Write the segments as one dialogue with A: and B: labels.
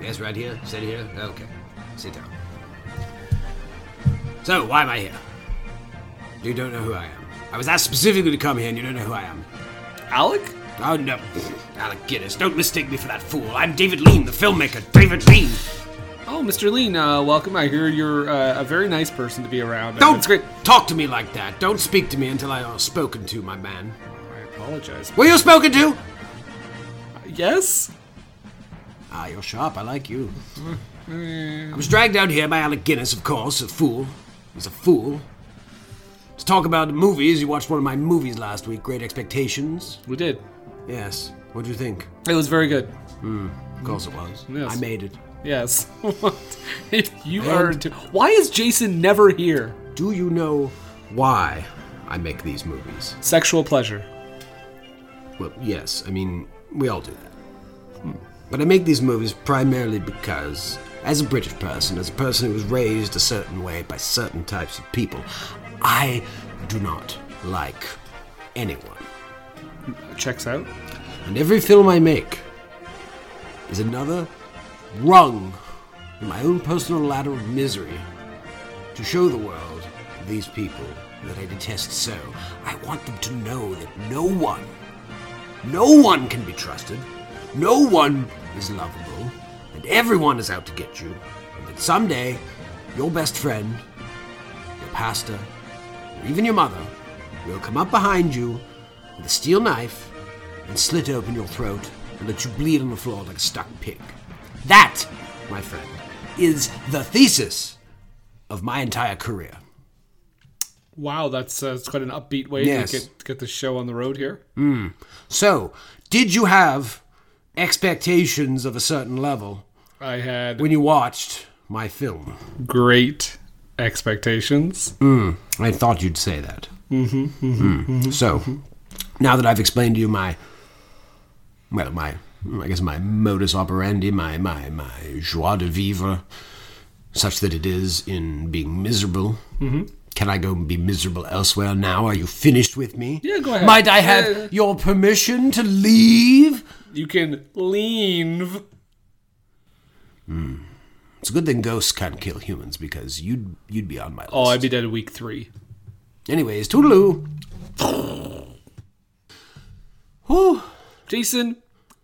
A: Yes, right here. Sit here. Okay. Sit down. So, why am I here? You don't know who I am. I was asked specifically to come here, and you don't know who I am.
B: Alec?
A: Oh, no. Alec Guinness, don't mistake me for that fool. I'm David Lean, the filmmaker. David Lean!
B: Oh, Mr. Lean, uh, welcome. I hear you're uh, a very nice person to be around.
A: Don't
B: It's great.
A: talk to me like that. Don't speak to me until I are spoken to, my man.
B: I apologize.
A: Were you spoken to?
B: Yes?
A: Ah, you're sharp. I like you. I was dragged out here by Alec Guinness, of course, a fool. He's a fool. To talk about movies, you watched one of my movies last week, Great Expectations.
B: We did.
A: Yes. What'd you think?
B: It was very good.
A: Of course it was.
B: Yes.
A: I made it.
B: Yes. What? if you are. To- Why is Jason never here?
A: Do you know why I make these movies?
B: Sexual pleasure.
A: Well, yes. I mean, we all do that. But I make these movies primarily because, as a British person, as a person who was raised a certain way by certain types of people, I do not like anyone.
B: Uh, Checks out.
A: And every film I make is another rung in my own personal ladder of misery to show the world these people that I detest so. I want them to know that no one, no one can be trusted, no one is lovable, and everyone is out to get you, and that someday your best friend, your pastor, or even your mother will come up behind you with a steel knife and slit open your throat and let you bleed on the floor like a stuck pig. That, my friend, is the thesis of my entire career.
B: Wow, that's, uh, that's quite an upbeat way
A: Yes.
B: to get, get the show on the road here.
A: So, did you have expectations of a certain level
B: I had
A: when you watched my film?
B: great expectations.
A: I thought you'd say that. Mm-hmm, So, now that I've explained to you my, well, my, I guess my modus operandi, my, my, my joie de vivre, such that it is in being miserable.
B: Mm-hmm.
A: Can I go and be miserable elsewhere now? Are you finished with me?
B: Yeah, go ahead.
A: Might I have
B: Yeah.
A: your permission to leave?
B: You can leave.
A: It's a good thing ghosts can't kill humans because you'd you'd be on my list.
B: Oh, I'd be dead week three.
A: Anyways, toodaloo. Whew,
B: Jason,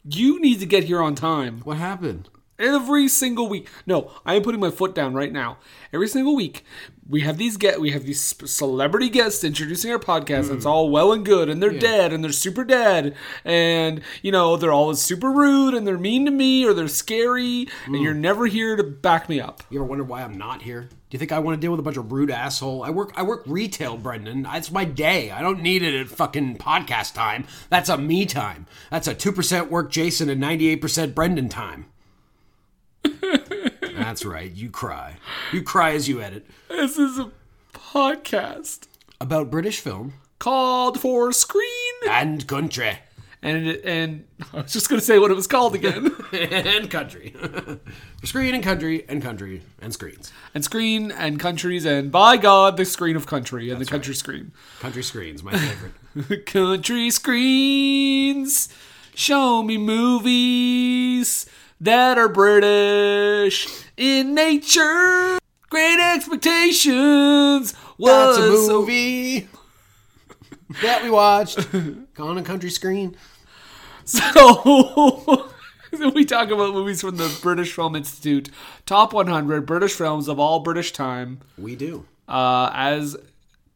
B: you need to get here on time.
A: what happened?
B: every single week. No, I am putting my foot down right now. Every single week, we have these get we have these sp- celebrity guests introducing our podcast. And it's all well and good, and they're dead, and they're super dead, and you know they're always super rude, and they're mean to me, or they're scary, and you're never here to back me up.
A: You ever wonder why I'm not here? Do you think I want to deal with a bunch of rude asshole? I work I work retail, Brendan. That's my day. I don't need it at fucking podcast time. That's a me time. That's a two percent work Jason and ninety eight percent Brendan time. That's right. You cry. You cry as you edit
B: This is a podcast
A: about British film
B: called for screen,
A: and country
B: and it, and I was just gonna say what it was called again.
A: and country, screen and country and country and screens,
B: and screen and countries and by God the screen of country and the country screen.
A: country screens. My favorite.
B: Country screens show me movies that are British in nature. Great expectations was
A: That's a movie that we watched on a country screen.
B: So we talk about movies from the British Film Institute, top 100 British films of all British time,
A: We do.
B: uh, as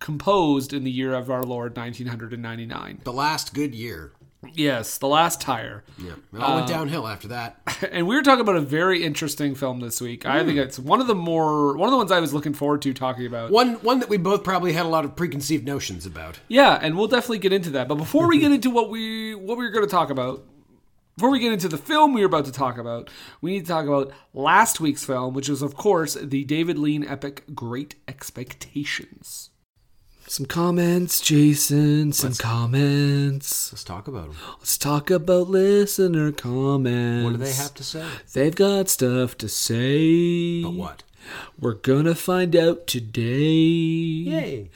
B: composed in the year of our Lord 1999.
A: The last good year.
B: Yes, the last tire.
A: Yeah. Uh, It all went downhill after that.
B: and we were talking about a very interesting film this week. I think it's one of the more one of the ones I was looking forward to talking about.
A: One one that we both probably had a lot of preconceived notions about.
B: Yeah, and we'll definitely get into that. But before we get into what we what we were going to talk about, before we get into the film we were about to talk about, we need to talk about last week's film, which is of course the David Lean epic Great Expectations. Some comments, Jason. Some comments.
A: Let's talk about them.
B: Let's talk about listener comments.
A: What do they have to say?
B: They've got stuff to say.
A: But what?
B: We're gonna find out today.
A: Yay.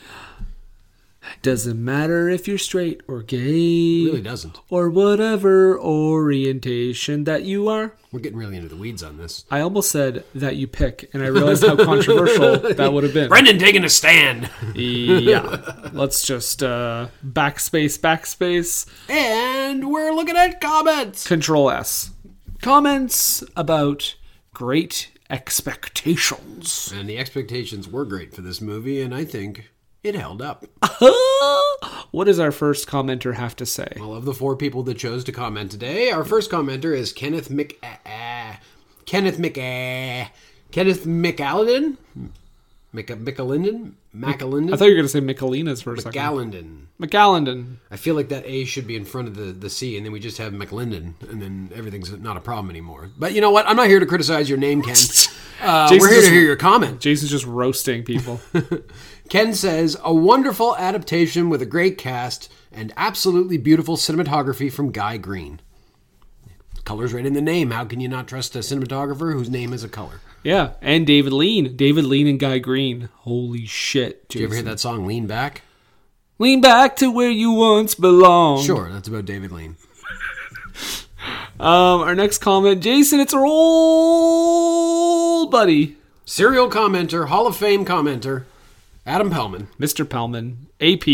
B: Doesn't matter if you're straight or gay.
A: Really doesn't.
B: Or whatever orientation that you are.
A: We're getting really into the weeds on this.
B: I almost said that you pick, and I realized how controversial that would have been.
A: Brendan taking a stand.
B: Yeah. Let's just uh, backspace, backspace,
A: and we're looking at comments.
B: control S. Comments about great expectations.
A: And the expectations were great for this movie, and I think it held up.
B: what does our first commenter have to say?
A: Well, of the four people that chose to comment today, our first commenter is Kenneth Mc. ah, ah. Kenneth Mc. ah. Kenneth McAllinden? Mc, McAlinden?
B: I
A: McAlinden?
B: thought you were going to say Michelina's for a second.
A: McAlinden.
B: McAllendon.
A: I feel like that A should be in front of the, the C, and then we just have McLinden, and then everything's not a problem anymore. But you know what? I'm not here to criticize your name, Ken. Uh, we're
B: Jason's
A: here to
B: just-
A: hear your comment.
B: Jason's just roasting people.
A: Ken says, a wonderful adaptation with a great cast and absolutely beautiful cinematography from Guy Green. Color's right in the name. How can you not trust a cinematographer whose name is a color?
B: yeah, and David Lean, David Lean and Guy Green. Holy shit,
A: You ever hear
B: Jason!
A: that song, Lean Back?
B: Lean back to where you once belonged.
A: Sure, that's about David Lean.
B: Um, our next comment, Jason, it's our old buddy,
A: Serial commenter, Hall of Fame commenter, Adam Pellman.
B: Mr. Pellman, AP,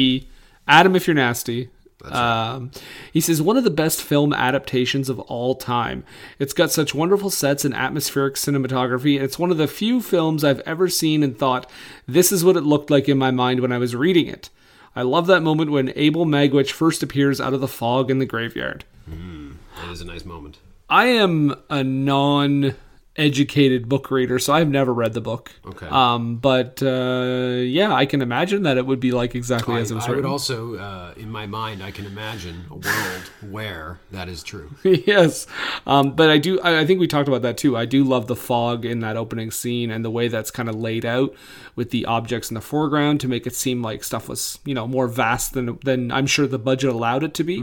B: Adam. If you're nasty. Um, he says one of the best film adaptations of all time. It's got such wonderful sets and atmospheric cinematography, and it's one of the few films I've ever seen and thought this is what it looked like in my mind when I was reading it. I love that moment when Abel Magwitch first appears out of the fog in the graveyard.
A: That is a nice moment.
B: I am a non educated book reader, so I've never read the book.
A: Okay.
B: Um, but uh, yeah, I can imagine that it would be like exactly
A: I,
B: as it was
A: I would
B: written.
A: also, uh, in my mind, I can imagine a world where that is true.
B: yes. Um, but I do, I, I think we talked about that too. I do love the fog in that opening scene and the way that's kind of laid out with the objects in the foreground to make it seem like stuff was, you know, more vast than, than I'm sure the budget allowed it to be.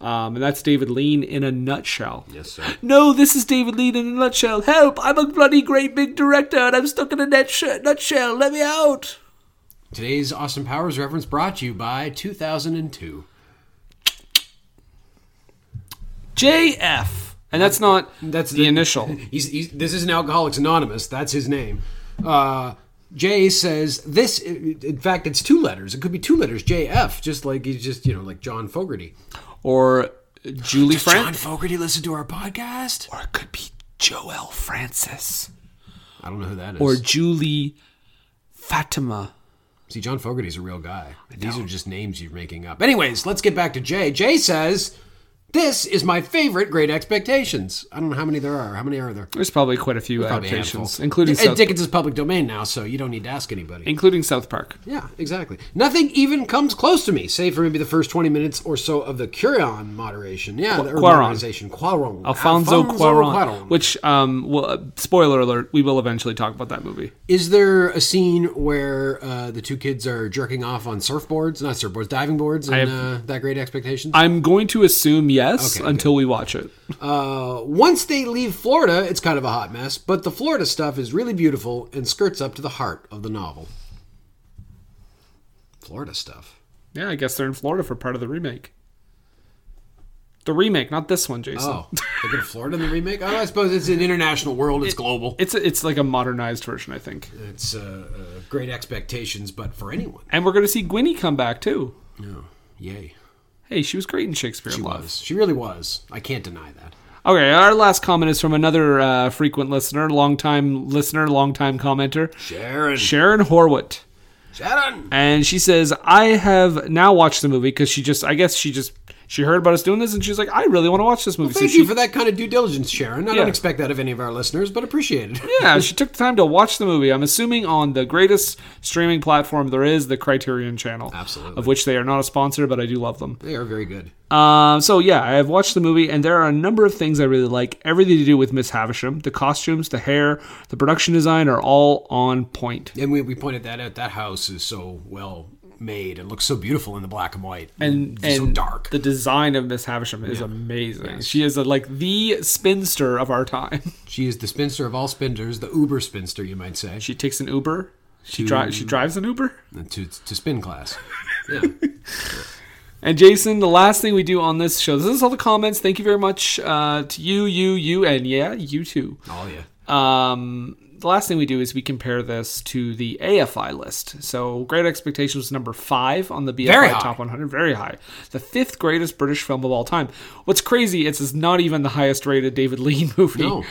B: Um, and that's David Lean in a nutshell.
A: Yes, sir.
B: No, this is David Lean in a nutshell. Help! I'm a bloody great big director and I'm stuck in a net sh- nutshell. Let me out!
A: Today's Austin Powers reference brought to you by 2002.
B: JF. And that's not that's the, initial.
A: He's, he's this isn't Alcoholics Anonymous. That's his name. Uh, Jay says this. In fact, it's two letters. It could be two letters. JF, just like he's just you know like John Fogerty.
B: Or Julie Francis.
A: Fogerty listen to our podcast?
B: Or it could be Joel Francis.
A: I don't know who that is.
B: Or Julie Fatima.
A: see, John Fogerty's a real guy. These are just names you're making up. Anyways, let's get back to Jay. Jay says. This is my favorite Great Expectations. I don't know how many there are. How many are there?
B: There's probably quite a few
A: Probably a handful. Uh,
B: adaptations, including
A: And
B: South,
A: Dickens is public domain now, so you don't need to ask anybody.
B: including South Park.
A: Yeah, exactly. Nothing even comes close to me, save for maybe the first 20 minutes or so of the Curon moderation. Yeah, the
B: Cuaron.
A: modernization. Cuaron.
B: Alfonso, Cuaron, which, um, well, uh, spoiler alert, we will eventually talk about that movie.
A: Is there a scene where uh, the two kids are jerking off on surfboards? Not surfboards, diving boards in uh, That Great Expectations?
B: I'm going to assume yes
A: Okay,
B: until we watch it.
A: Uh, once they leave Florida, it's kind of a hot mess, but the Florida stuff is really beautiful and skirts up to the heart of the novel. Florida stuff.
B: Yeah, I guess they're in Florida for part of the remake. The remake, not this one, Jason.
A: Oh, they go to Florida in the remake? Oh, I suppose it's an international world. It's global.
B: It's it's like a modernized version, I think.
A: It's uh, uh, great expectations, but for anyone.
B: And we're going to see Gwynny come back too.
A: No. Yay.
B: Hey, she was great in Shakespeare.
A: She
B: in Love.
A: was. She really was. I can't deny that.
B: Okay, our last comment is from another uh, frequent listener, longtime listener, longtime commenter,
A: Sharon.
B: Sharon Horwit.
A: Sharon.
B: And she says, I have now watched the movie because she just, I guess she just, she heard about us doing this and she's like, I really want to watch this movie.
A: Thank
B: so
A: you
B: she,
A: for that kind of due diligence, Sharon. I
B: Yeah.
A: don't expect that of any of our listeners, but appreciate it.
B: yeah, she took the time to watch the movie. I'm assuming on the greatest streaming platform there is, the Criterion Channel.
A: Absolutely.
B: Of which they are not a sponsor, but I do love them.
A: They are very good.
B: Um, so yeah, I have watched the movie, and there are a number of things I really like. Everything to do with Miss Havisham, the costumes, the hair, the production design are all on point.
A: And we, we pointed that out. That house is so well made and looks so beautiful in the black and white.
B: And,
A: It's so
B: and
A: dark.
B: The design of Miss Havisham is amazing. She is a, like the spinster of our time.
A: she is the spinster of all spinsters, the uber spinster, you might say,
B: She takes an Uber. She drives. She drives an Uber.
A: to, to spin class.
B: And Jason, the last thing we do on this show. This is all the comments. Thank you very much uh, to you, you, you, and yeah, you too.
A: Oh, yeah.
B: Um, the last thing we do is we compare this to the AFI list. So, Great Expectations was number five on the BFI
A: Very high.
B: Top 100, very high. The fifth greatest British film of all time. What's crazy is it's not even the highest rated David Lean movie.
A: No.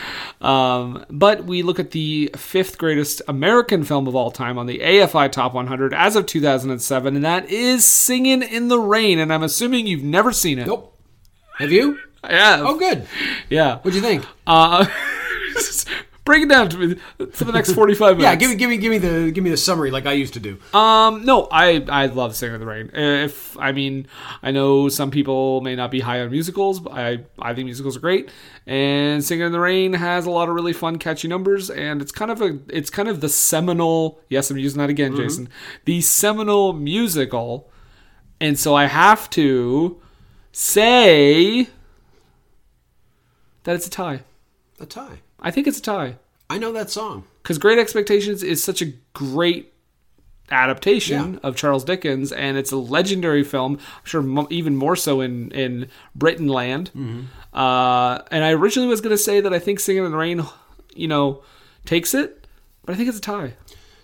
B: Um, but we look at the fifth greatest American film of all time on the AFI Top 100 as of 2007, and that is Singing in the Rain. And I'm assuming you've never seen it.
A: Nope. Have you?
B: Yeah.
A: Oh, good.
B: Yeah.
A: What'd you think?
B: Uh, break it down to me for the next 45 minutes.
A: yeah, give me, give me, give me the, give me the summary like I used to do.
B: Um, no, I I love Singing in the Rain. Uh, If I mean, I know some people may not be high on musicals, but I I think musicals are great. And Singing in the Rain has a lot of really fun, catchy numbers, and it's kind of a it's kind of the seminal. Yes, I'm using that again, Jason. The seminal musical, and so I have to say that it's a tie.
A: a tie.
B: I think it's a tie
A: I know that song.
B: because Great Expectations is such a great adaptation of Charles Dickens, and it's a legendary film. I'm sure mo- even more so in in Britain land. Uh, and I originally was going to say that I think Singing in the Rain, you know, takes it, but I think it's a tie.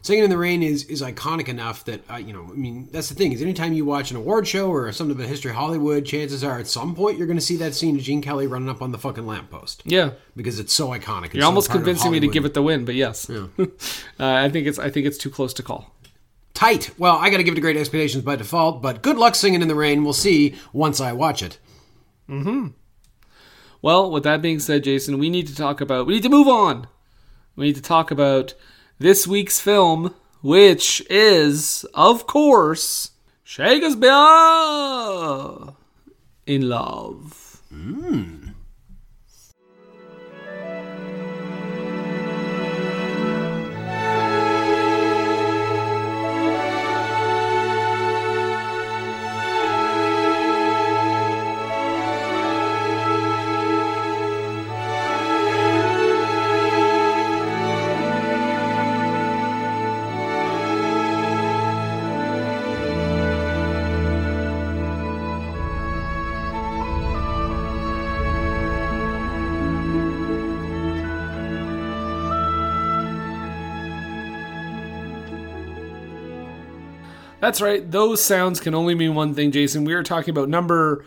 A: Singing in the Rain is is iconic enough that uh, you know. I mean, that's the thing is, anytime you watch an award show or something about history of Hollywood, chances are at some point you're going to see that scene of Gene Kelly running up on the fucking lamppost
B: Yeah,
A: because it's so iconic.
B: you're almost convincing me to give it the win, but yes, uh, I think it's I think it's too close to call.
A: tight. Well, I got to give it to Great Expectations by default, but good luck Singing in the Rain. We'll see once I watch it.
B: Well, with that being said, Jason, we need to talk about. We need to move on. We need to talk about this week's film, which is, of course, Shakespeare in Love. That's right. Those sounds can only mean one thing, Jason. We are talking about number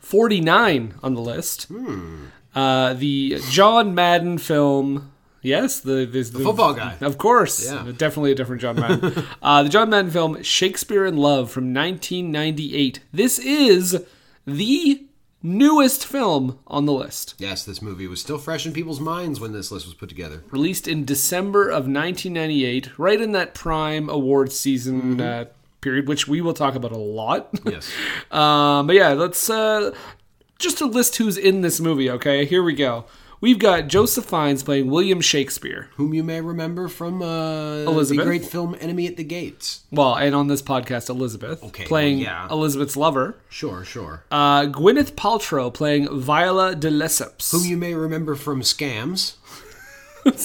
B: 49 on the list. Uh, the John Madden film. Yes, the, the, the
A: football guy.
B: Of course.
A: Yeah.
B: Definitely a different John Madden. uh, the John Madden film Shakespeare in Love from 1998. This is the newest film on the list.
A: Yes, this movie was still fresh in people's minds when this list was put together.
B: Released in December of 1998, right in that prime awards season
A: Mm-hmm.
B: uh, period, which we will talk about a lot.
A: Yes,
B: Um, but yeah, let's uh, just to list who's in this movie. Okay, here we go. We've got Joseph Fiennes playing William Shakespeare.
A: whom you may remember from uh,
B: Elizabeth?
A: the great film Enemy at the Gates.
B: Well, and on this podcast, Elizabeth
A: Okay,
B: playing
A: well, yeah.
B: Elizabeth's lover.
A: Sure, sure.
B: Uh, Gwyneth Paltrow playing Viola de Lesseps.
A: whom you may remember from Scams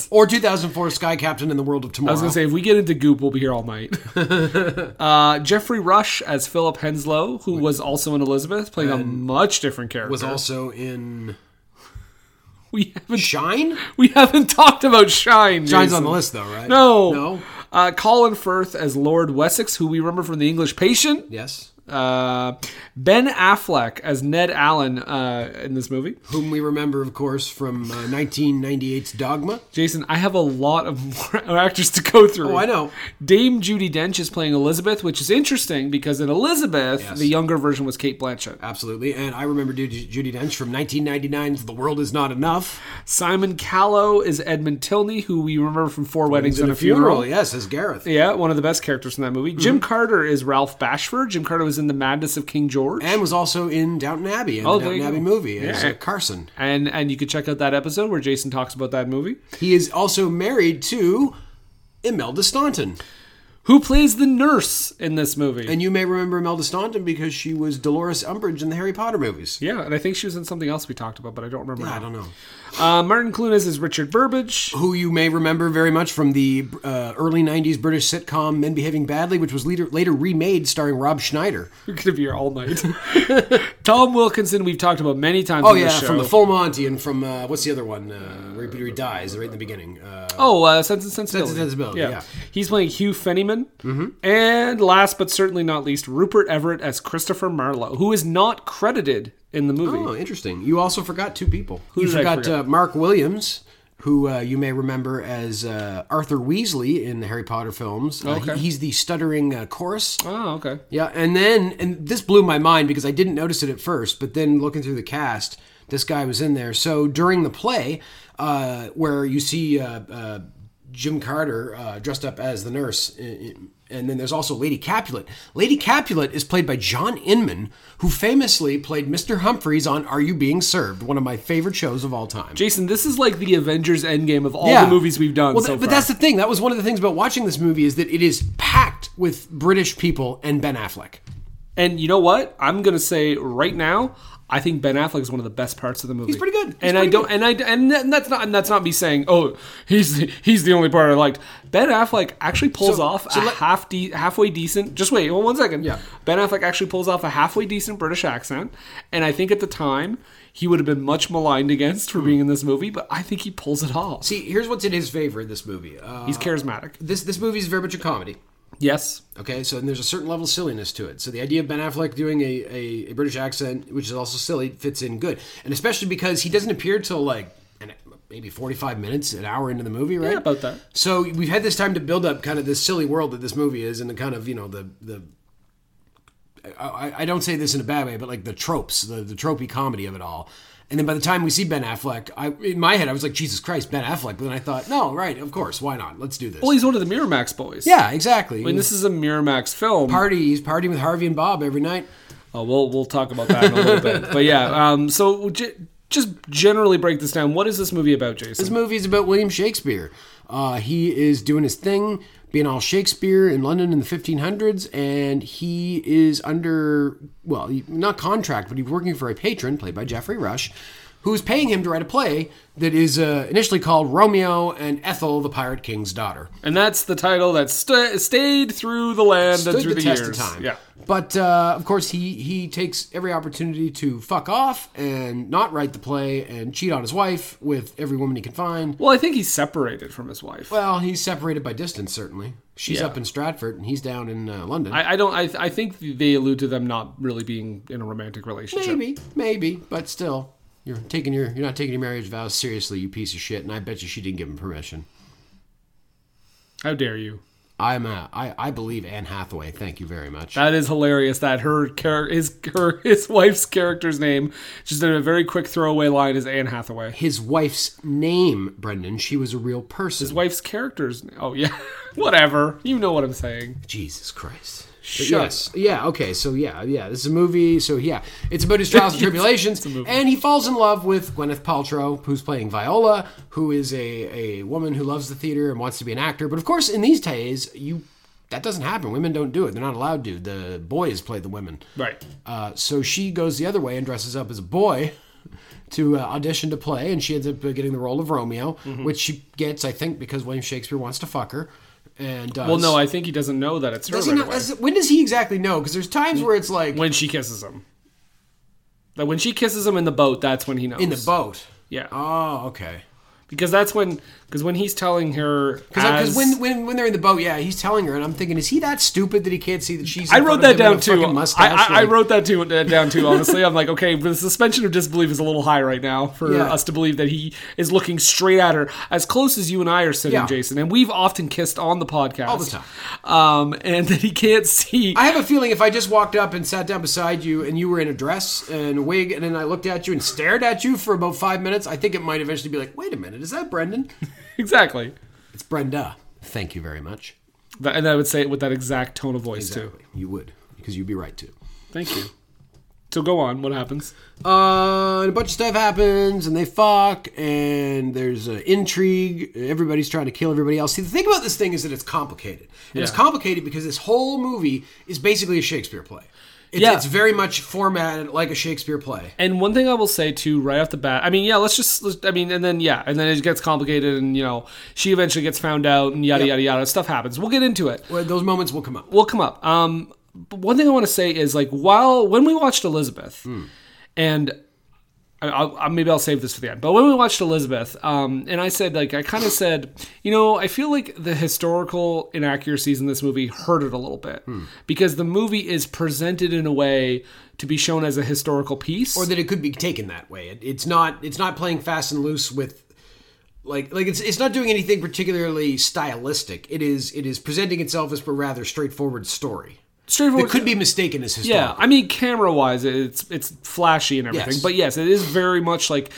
A: or 2004 Sky Captain in the World of
B: I
A: Tomorrow.
B: was gonna say if we get into Goop, we'll be here all night. uh, Jeffrey Rush as Philip Henslow, who was also in Elizabeth, playing a much different character.
A: was also in
B: we haven't
A: Shine.
B: we haven't talked about Shine.
A: Shine's
B: Jason.
A: on the list though, right?
B: No.
A: no.
B: Uh, Colin Firth as Lord Wessex, who we remember from The English Patient.
A: Yes,
B: Uh, ben Affleck as Ned Allen uh, in this movie.
A: whom we remember, of course, from uh, 1998's Dogma.
B: Jason, I have a lot of more actors to go through.
A: Oh, I know.
B: Dame Judy Dench is playing Elizabeth, which is interesting because in Elizabeth,
A: Yes.
B: the younger version was Kate Blanchett.
A: Absolutely. And I remember Ju- Judy Dench from 1999's The World Is Not Enough.
B: Simon Callow is Edmund Tilney, who we remember from Four Weddings and a Funeral.
A: Yes, as Gareth.
B: Yeah, one of the best characters in that
A: Mm-hmm.
B: movie. Jim Carter is Ralph Bashford. Jim Carter was in The Madness of King George.
A: And was also in Downton Abbey, in
B: Oh,
A: the
B: there
A: Downton
B: you
A: Abbey
B: go.
A: movie, as
B: Yeah.
A: uh, Carson.
B: and and you could check out that episode where Jason talks about that movie.
A: He is also married to Imelda Staunton.
B: Who plays the nurse in this movie?
A: And you may remember Imelda Staunton because she was Dolores Umbridge in the Harry Potter movies.
B: yeah, and I think she was in something else we talked about, but I don't remember.
A: I
B: now.
A: don't know.
B: Uh, Martin Clunes is Richard Burbage.
A: Who you may remember very much from the uh, early 90s British sitcom Men Behaving Badly, which was later, later remade starring Rob Schneider.
B: We're gonna be here all night. Tom Wilkinson, we've talked about many times.
A: Oh
B: on
A: yeah,
B: this show.
A: from the Full Monty and from uh, what's the other one? Uh, where he- where he dies right in the beginning. Uh,
B: oh uh, Sense and Sensibility.
A: Sense and Sensibility, yeah. Mm-hmm.
B: he's playing Hugh Fennyman, and last but certainly not least, Rupert Everett as Christopher Marlowe, who is not credited in the movie.
A: oh, interesting. You also forgot two people. you
B: did I
A: forgot
B: forget?
A: Uh, Mark Williams, who uh, you may remember as uh, Arthur Weasley in the Harry Potter films. Uh, he-
B: Okay.
A: he's the stuttering uh, chorus.
B: Oh, okay.
A: Yeah, and then and this blew my mind because I didn't notice it at first, but then looking through the cast, this guy was in there. So during the play, uh, where you see uh, uh, Jim Carter uh, dressed up as the nurse, i- i- and then there's also Lady Capulet. Lady Capulet is played by John Inman, who famously played Mr. Humphreys on Are You Being Served, one of my favorite shows of all time.
B: Jason, this is like the Avengers Endgame of all the movies we've done
A: Well,
B: so
A: th- but
B: far.
A: that's the thing. That was one of the things about watching this movie is that it is packed with British people and Ben Affleck.
B: and you know what? I'm gonna say right now, I think Ben Affleck is one of the best parts of the movie. He's
A: pretty good. He's
B: and I
A: pretty
B: don't, and I and that- and that's not and that's not me saying, oh, he's the, he's the only part I liked. Ben Affleck actually pulls
A: So-
B: off
A: so
B: a
A: let-
B: half de- halfway decent. Just wait, well, one second.
A: Yeah.
B: Ben Affleck actually pulls off a halfway decent British accent, and I think at the time. He would have been much maligned against for being in this movie, but I think he pulls it off.
A: See, here's what's in his favor in this movie. Uh,
B: He's charismatic.
A: this this movie is very much a comedy.
B: Yes.
A: Okay, so and there's a certain level of silliness to it. So the idea of Ben Affleck doing a, a, a British accent, which is also silly, fits in good, and especially because he doesn't appear till like an, maybe 45 minutes, an hour into the movie, right?
B: Yeah, about that.
A: So we've had this time to build up kind of this silly world that this movie is, and the kind of you know the the. I, I- I don't say this in a bad way, but like the tropes, the the tropey comedy of it all. And then by the time we see Ben Affleck, I in my head I was like Jesus Christ, Ben Affleck. But then I thought, no, right, of course, why not? Let's do this.
B: Well, he's one of the Miramax boys.
A: yeah, exactly.
B: I mean, this is a Miramax film.
A: party. He's partying with Harvey and Bob every night.
B: Oh, we'll we'll talk about that in a little bit. But yeah, um, so j- just generally break this down. What is this movie about, Jason?
A: This movie is about William Shakespeare. Uh, he is doing his thing, being all Shakespeare in London in the 1500s, and he is under, well, he- not contract, but he's working for a patron, played by Jeffrey Rush, who's paying him to write a play that is uh, initially called Romeo and Ethel, the Pirate King's Daughter.
B: and that's the title that sta stayed through the land and
A: stood
B: through
A: the,
B: the,
A: test
B: years.
A: of time.
B: Yeah.
A: But uh, of course, he he takes every opportunity to fuck off and not write the play and cheat on his wife with every woman he can find.
B: Well, I think he's separated from his wife.
A: Well, he's separated by distance, certainly. She's up in Stratford and he's down in uh, London.
B: I, I don't. I, I think they allude to them not really being in a romantic relationship.
A: maybe, maybe, but still, you're taking your you're not taking your marriage vows seriously, you piece of shit. And I bet you she didn't give him permission.
B: How dare you?
A: I'm uh, I I believe Anne Hathaway. Thank you very much.
B: That is hilarious. That her char- his her his wife's character's name just in a very quick throwaway line is Anne Hathaway.
A: His wife's name, Brendan. She was a real person.
B: Wife's character's. na- Oh yeah, whatever. You know what I'm saying.
A: Jesus Christ.
B: Shut
A: yes. Yeah. Okay. So yeah. Yeah. This is a movie. So yeah, it's about his trials and tribulations, and he falls in love with Gwyneth Paltrow, who's playing Viola, who is a a woman who loves the theater and wants to be an actor. But of course, in these days, you that doesn't happen. Women don't do it. They're not allowed to. The boys play the women.
B: Right.
A: Uh, so she goes the other way and dresses up as a boy to uh, audition to play, and she ends up uh, getting the role of Romeo,
B: Mm-hmm.
A: which she gets, I think, because William Shakespeare wants to fuck her. And uh, does.
B: Well, no, I think he doesn't know that it's her.
A: Does he
B: right
A: not-
B: away.
A: does- when does he exactly know? Because there's times where it's like
B: when she kisses him. Like when she kisses him in the boat, that's when he knows.
A: in the boat.
B: yeah.
A: Oh, okay.
B: because that's when because when he's telling her
A: Because
B: as-
A: when, when when they're in the boat, yeah, he's telling her, and I'm thinking, is he that stupid that he can't see that she's? in
B: I
A: front
B: wrote
A: of
B: that
A: him
B: down
A: with a
B: too.
A: fucking Mustache,
B: I, I, I
A: like-
B: wrote that too uh, down too. Honestly, I'm like, okay, the suspension of disbelief is a little high right now for
A: Yeah.
B: us to believe that he is looking straight at her, as close as you and I are sitting,
A: Yeah.
B: Jason. And we've often kissed on the podcast
A: All the time.
B: um, and that he can't see.
A: I have a feeling if I just walked up and sat down beside you, and you were in a dress and a wig, and then I looked at you and stared at you for about five minutes, I think it might eventually be like, wait a minute, is that Brendan?
B: exactly,
A: it's Brenda. Thank you very much.
B: Th- and I would say it with that exact tone of voice too.
A: You would, because you'd be right too.
B: Thank you. So go on. What happens?
A: Uh, and a bunch of stuff happens, and they fuck, and there's uh, intrigue. Everybody's trying to kill everybody else. See, the thing about this thing is that it's complicated. And it's
B: Yeah.
A: complicated because this whole movie is basically a Shakespeare play. It's,
B: Yeah.
A: it's very much formatted like a Shakespeare play.
B: And one thing I will say too, right off the bat, I mean, yeah, let's just, let's, I mean, and then yeah, and then it gets complicated, and you know, she eventually gets found out, and yada yada yada. Stuff happens. We'll get into it.
A: Well, those moments will come up.
B: We'll come up. Um, but one thing I want to say is like while when we watched Elizabeth, and I, I'll, I, maybe I'll save this for the end. But when we watched Elizabeth, um, and I said like I kind of said, you know, I feel like the historical inaccuracies in this movie hurt it a little bit because the movie is presented in a way to be shown as a historical piece.
A: or that it could be taken that way. It, it's not it's not playing fast and loose with like like it's it's not doing anything particularly stylistic. It is it is presenting itself as a rather straightforward story.
B: straightforward.
A: It could be mistaken as historical.
B: Yeah, I mean, camera wise, it's it's flashy and everything,
A: Yes.
B: but yes, it is very much like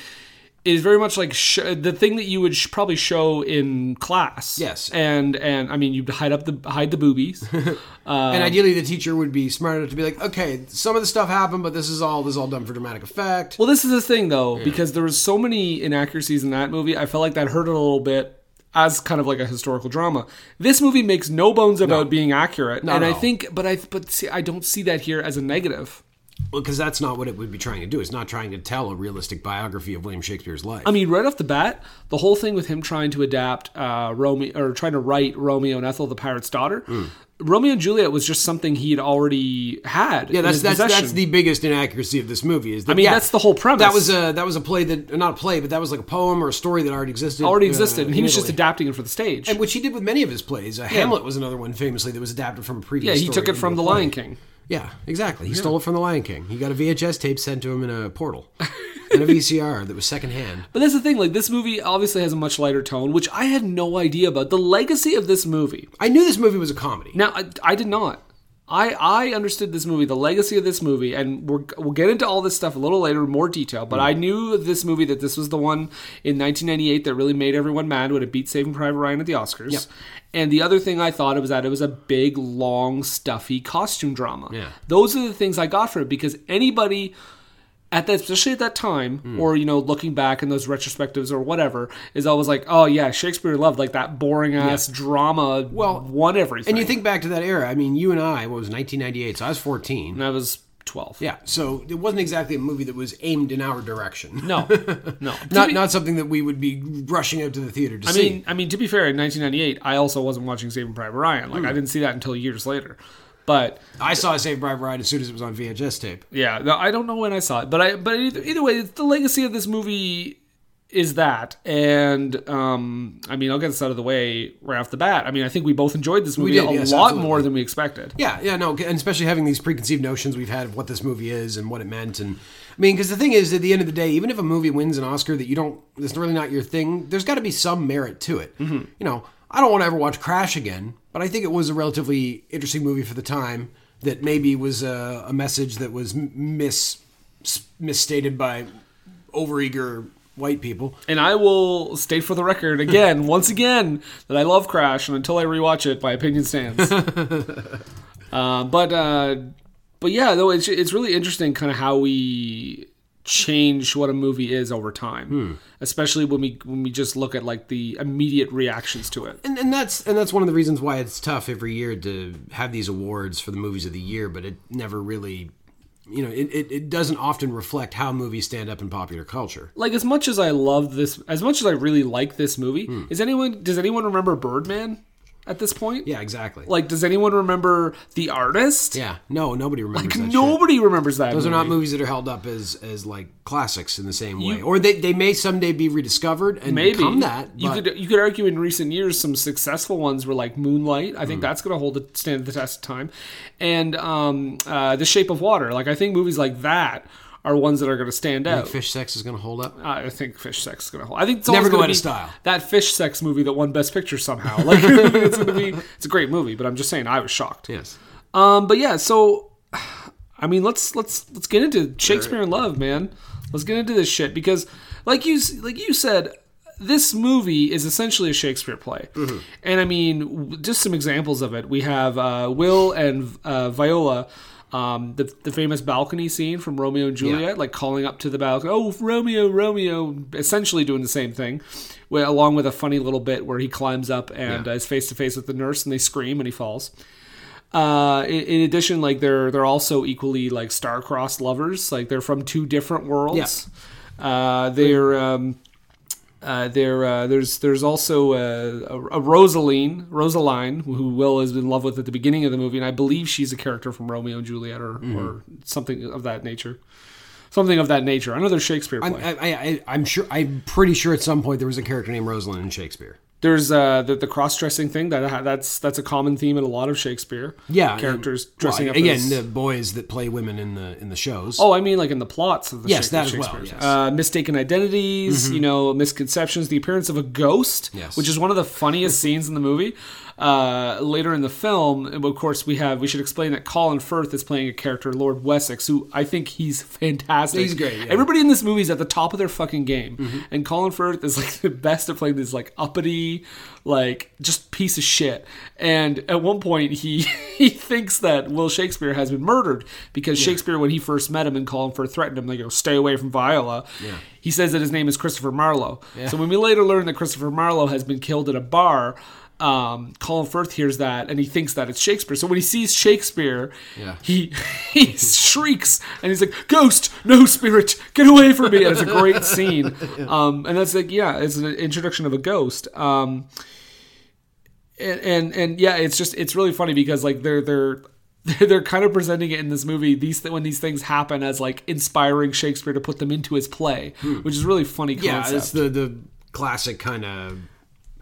B: it is very much like sh- the thing that you would sh- probably show in class.
A: Yes.
B: and and I mean, you'd hide up the hide the boobies.
A: and
B: Um,
A: ideally, the teacher would be smart enough to be like, okay, some of the stuff happened, but this is all this is all done for dramatic effect.
B: well, this is the thing though, because there was so many inaccuracies in that movie. I felt like that hurt it a little bit. As kind of like a historical drama, this movie makes no bones about being accurate, and I
A: no.
B: think, but I, but see, I don't see that here as a negative.
A: Well, because that's not what it would be trying to do. It's not trying to tell a realistic biography of William Shakespeare's life.
B: I mean, right off the bat, the whole thing with him trying to adapt uh, Romeo or trying to write Romeo and Ethel, the pirate's daughter,
A: Hmm.
B: Romeo and Juliet was just something he had already had.
A: yeah, that's that's, that's the biggest inaccuracy of this movie. Is that, I
B: mean, that's the whole premise.
A: That was a that was a play that not a play, but that was like a poem or a story that already existed.
B: already
A: uh,
B: existed, and he
A: in
B: was just
A: Italy.
B: adapting it for the stage.
A: And which he did with many of his plays. Uh, Hamlet was another one famously that was adapted from a
B: yeah,
A: previous.
B: he took
A: story
B: it from
A: into
B: The
A: a
B: Lion
A: play.
B: King.
A: Yeah, exactly. He stole it from The Lion King. He got a VHS tape sent to him in a portal, and a VCR that was secondhand.
B: But that's the thing. Like this movie obviously has a much lighter tone, which I had no idea about. The legacy of this movie.
A: I knew this movie was a comedy.
B: Now, I, I did not. I, I understood this movie, the legacy of this movie, and we're, we'll get into all this stuff a little later in more detail. But
A: Mm.
B: I knew this movie that this was the one in 1998 that really made everyone mad when it beat Saving Private Ryan at the Oscars. And the other thing I thought it was that it was a big, long, stuffy costume drama.
A: Yeah.
B: Those are the things I got for it because anybody at that, especially at that time,
A: Mm.
B: or you know, looking back in those retrospectives or whatever, is always like, oh yeah, Shakespeare loved like that boring ass drama.
A: Well,
B: won everything.
A: And you think back to that era. I mean, you and I, what was 1998? So I was 14.
B: and I was 12.
A: Yeah, so it wasn't exactly a movie that was aimed in our direction.
B: No, no.
A: Not not something that we would be rushing out to the theater to
B: I
A: see.
B: mean, I mean, to be fair, in 1998, I also wasn't watching Saving Private Ryan. Like, I didn't see that until years later. But
A: I saw Save Private Ryan as soon as it was on VHS tape.
B: yeah, no, I don't know when I saw it. But I, but either, either way, it's the legacy of this movie is that. And um, I mean, I'll get this out of the way right off the bat. I mean, I think we both enjoyed this movie
A: did,
B: a
A: yes,
B: lot
A: absolutely.
B: more than we expected.
A: Yeah, yeah, no, and especially having these preconceived notions we've had of what this movie is and what it meant, and I mean, because the thing is, at the end of the day, even if a movie wins an Oscar that you don't, that's really not your thing. There's got to be some merit to it. You know, I don't want to ever watch Crash again, but I think it was a relatively interesting movie for the time that maybe was a, a message that was m- mis s- misstated by overeager white people.
B: And I will state for the record again, once again, that I love Crash, and until I rewatch it, my opinion stands. uh, but uh, but yeah, though it's it's really interesting, kind of how we change what a movie is over time,
A: Hmm.
B: especially when we when we just look at like the immediate reactions to it.
A: and, and that's and that's one of the reasons why it's tough every year to have these awards for the movies of the year, but it never really, you know, it, it, it doesn't often reflect how movies stand up in popular culture.
B: Like as much
A: Hmm.
B: as I love this, as much as I really like this movie, is anyone does anyone remember Birdman? at this point?
A: Yeah, exactly.
B: Like, does anyone remember the artist?
A: yeah, no, nobody remembers that. shit.
B: Nobody remembers that.
A: Those are
B: movie.
A: not movies that are held up as as like classics in the same way, or they, they may someday be rediscovered and
B: Maybe
A: become that. But
B: you could you could argue in recent years some successful ones were like Moonlight. I think that's going to hold the stand the test of time, and um, uh, The Shape of Water. Like I think movies like that are ones that are going to stand out.
A: fish sex is going to hold up.
B: I think fish sex is gonna hold. I think it's
A: Never
B: always
A: go
B: gonna
A: out of
B: be
A: style.
B: That fish sex movie that won Best Picture somehow. Like it's gonna be. It's a great movie, but I'm just saying I was shocked.
A: Yes.
B: Um, but yeah, so I mean, let's let's let's get into Shakespeare in Love, man. Let's get into this shit because, like you s- like you said, this movie is essentially a Shakespeare play, and I mean, w- just some examples of it. We have uh, Will and uh, Viola. Um, the, the famous balcony scene from Romeo and Juliet, like calling up to the balcony, oh Romeo, Romeo, essentially doing the same thing, wi- along with a funny little bit where he climbs up and uh, is face to face with the nurse, and they scream and he falls. Uh, in, in addition, like they're they're also equally like star-crossed lovers. Like they're from two different worlds. Uh, they're um, uh, there, uh, there's there's also a, a, a Rosaline, Rosaline, who Will is in love with at the beginning of the movie, and I believe she's a character from Romeo and Juliet or,
A: Mm-hmm.
B: or something of that nature, something of that nature. Another Shakespeare play.
A: I'm, I, I, I, I'm sure. I'm pretty sure at some point there was a character named Rosalind in Shakespeare.
B: there's uh, the, the cross-dressing thing that that's that's a common theme in a lot of Shakespeare.
A: Yeah, and-
B: characters
A: well,
B: dressing up
A: again.
B: as-
A: The boys that play women in the in the shows.
B: Oh, I mean, like in the plots of the
A: Yes,
B: Shakespeare.
A: that as well,
B: Shakespeare's. Mm-hmm.
A: yes.
B: Uh, mistaken identities, you know, misconceptions, the appearance of a ghost,
A: Yes.
B: which is one of the funniest scenes in the movie. Uh, later in the film, and of course, we have we should explain that Colin Firth is playing a character, Lord Wessex, who I think he's fantastic.
A: He's great, yeah.
B: Everybody in this movie is at the top of their fucking game, and Colin Firth is like the best at playing this like uppity, like just piece of shit. And at one point, he he thinks that Will Shakespeare has been murdered because Shakespeare, when he first met him and Colin Firth threatened him, like, "Go stay away from Viola." He says that his name is Christopher Marlowe. So when we later learn that Christopher Marlowe has been killed at a bar. Um, Colin Firth hears that and he thinks that it's Shakespeare. So when he sees Shakespeare,
A: Yeah.
B: he he shrieks and he's like, "Ghost, no spirit, get away from me!" And it's a great scene. Um, and that's like, yeah, it's an introduction of a ghost. Um, and, and and yeah, it's just it's really funny because like they're they're. They're kind of presenting it in this movie. These when these things happen as like inspiring Shakespeare to put them into his play, which is a really funny
A: Hmm. yeah,
B: concept.
A: it's the the classic kind of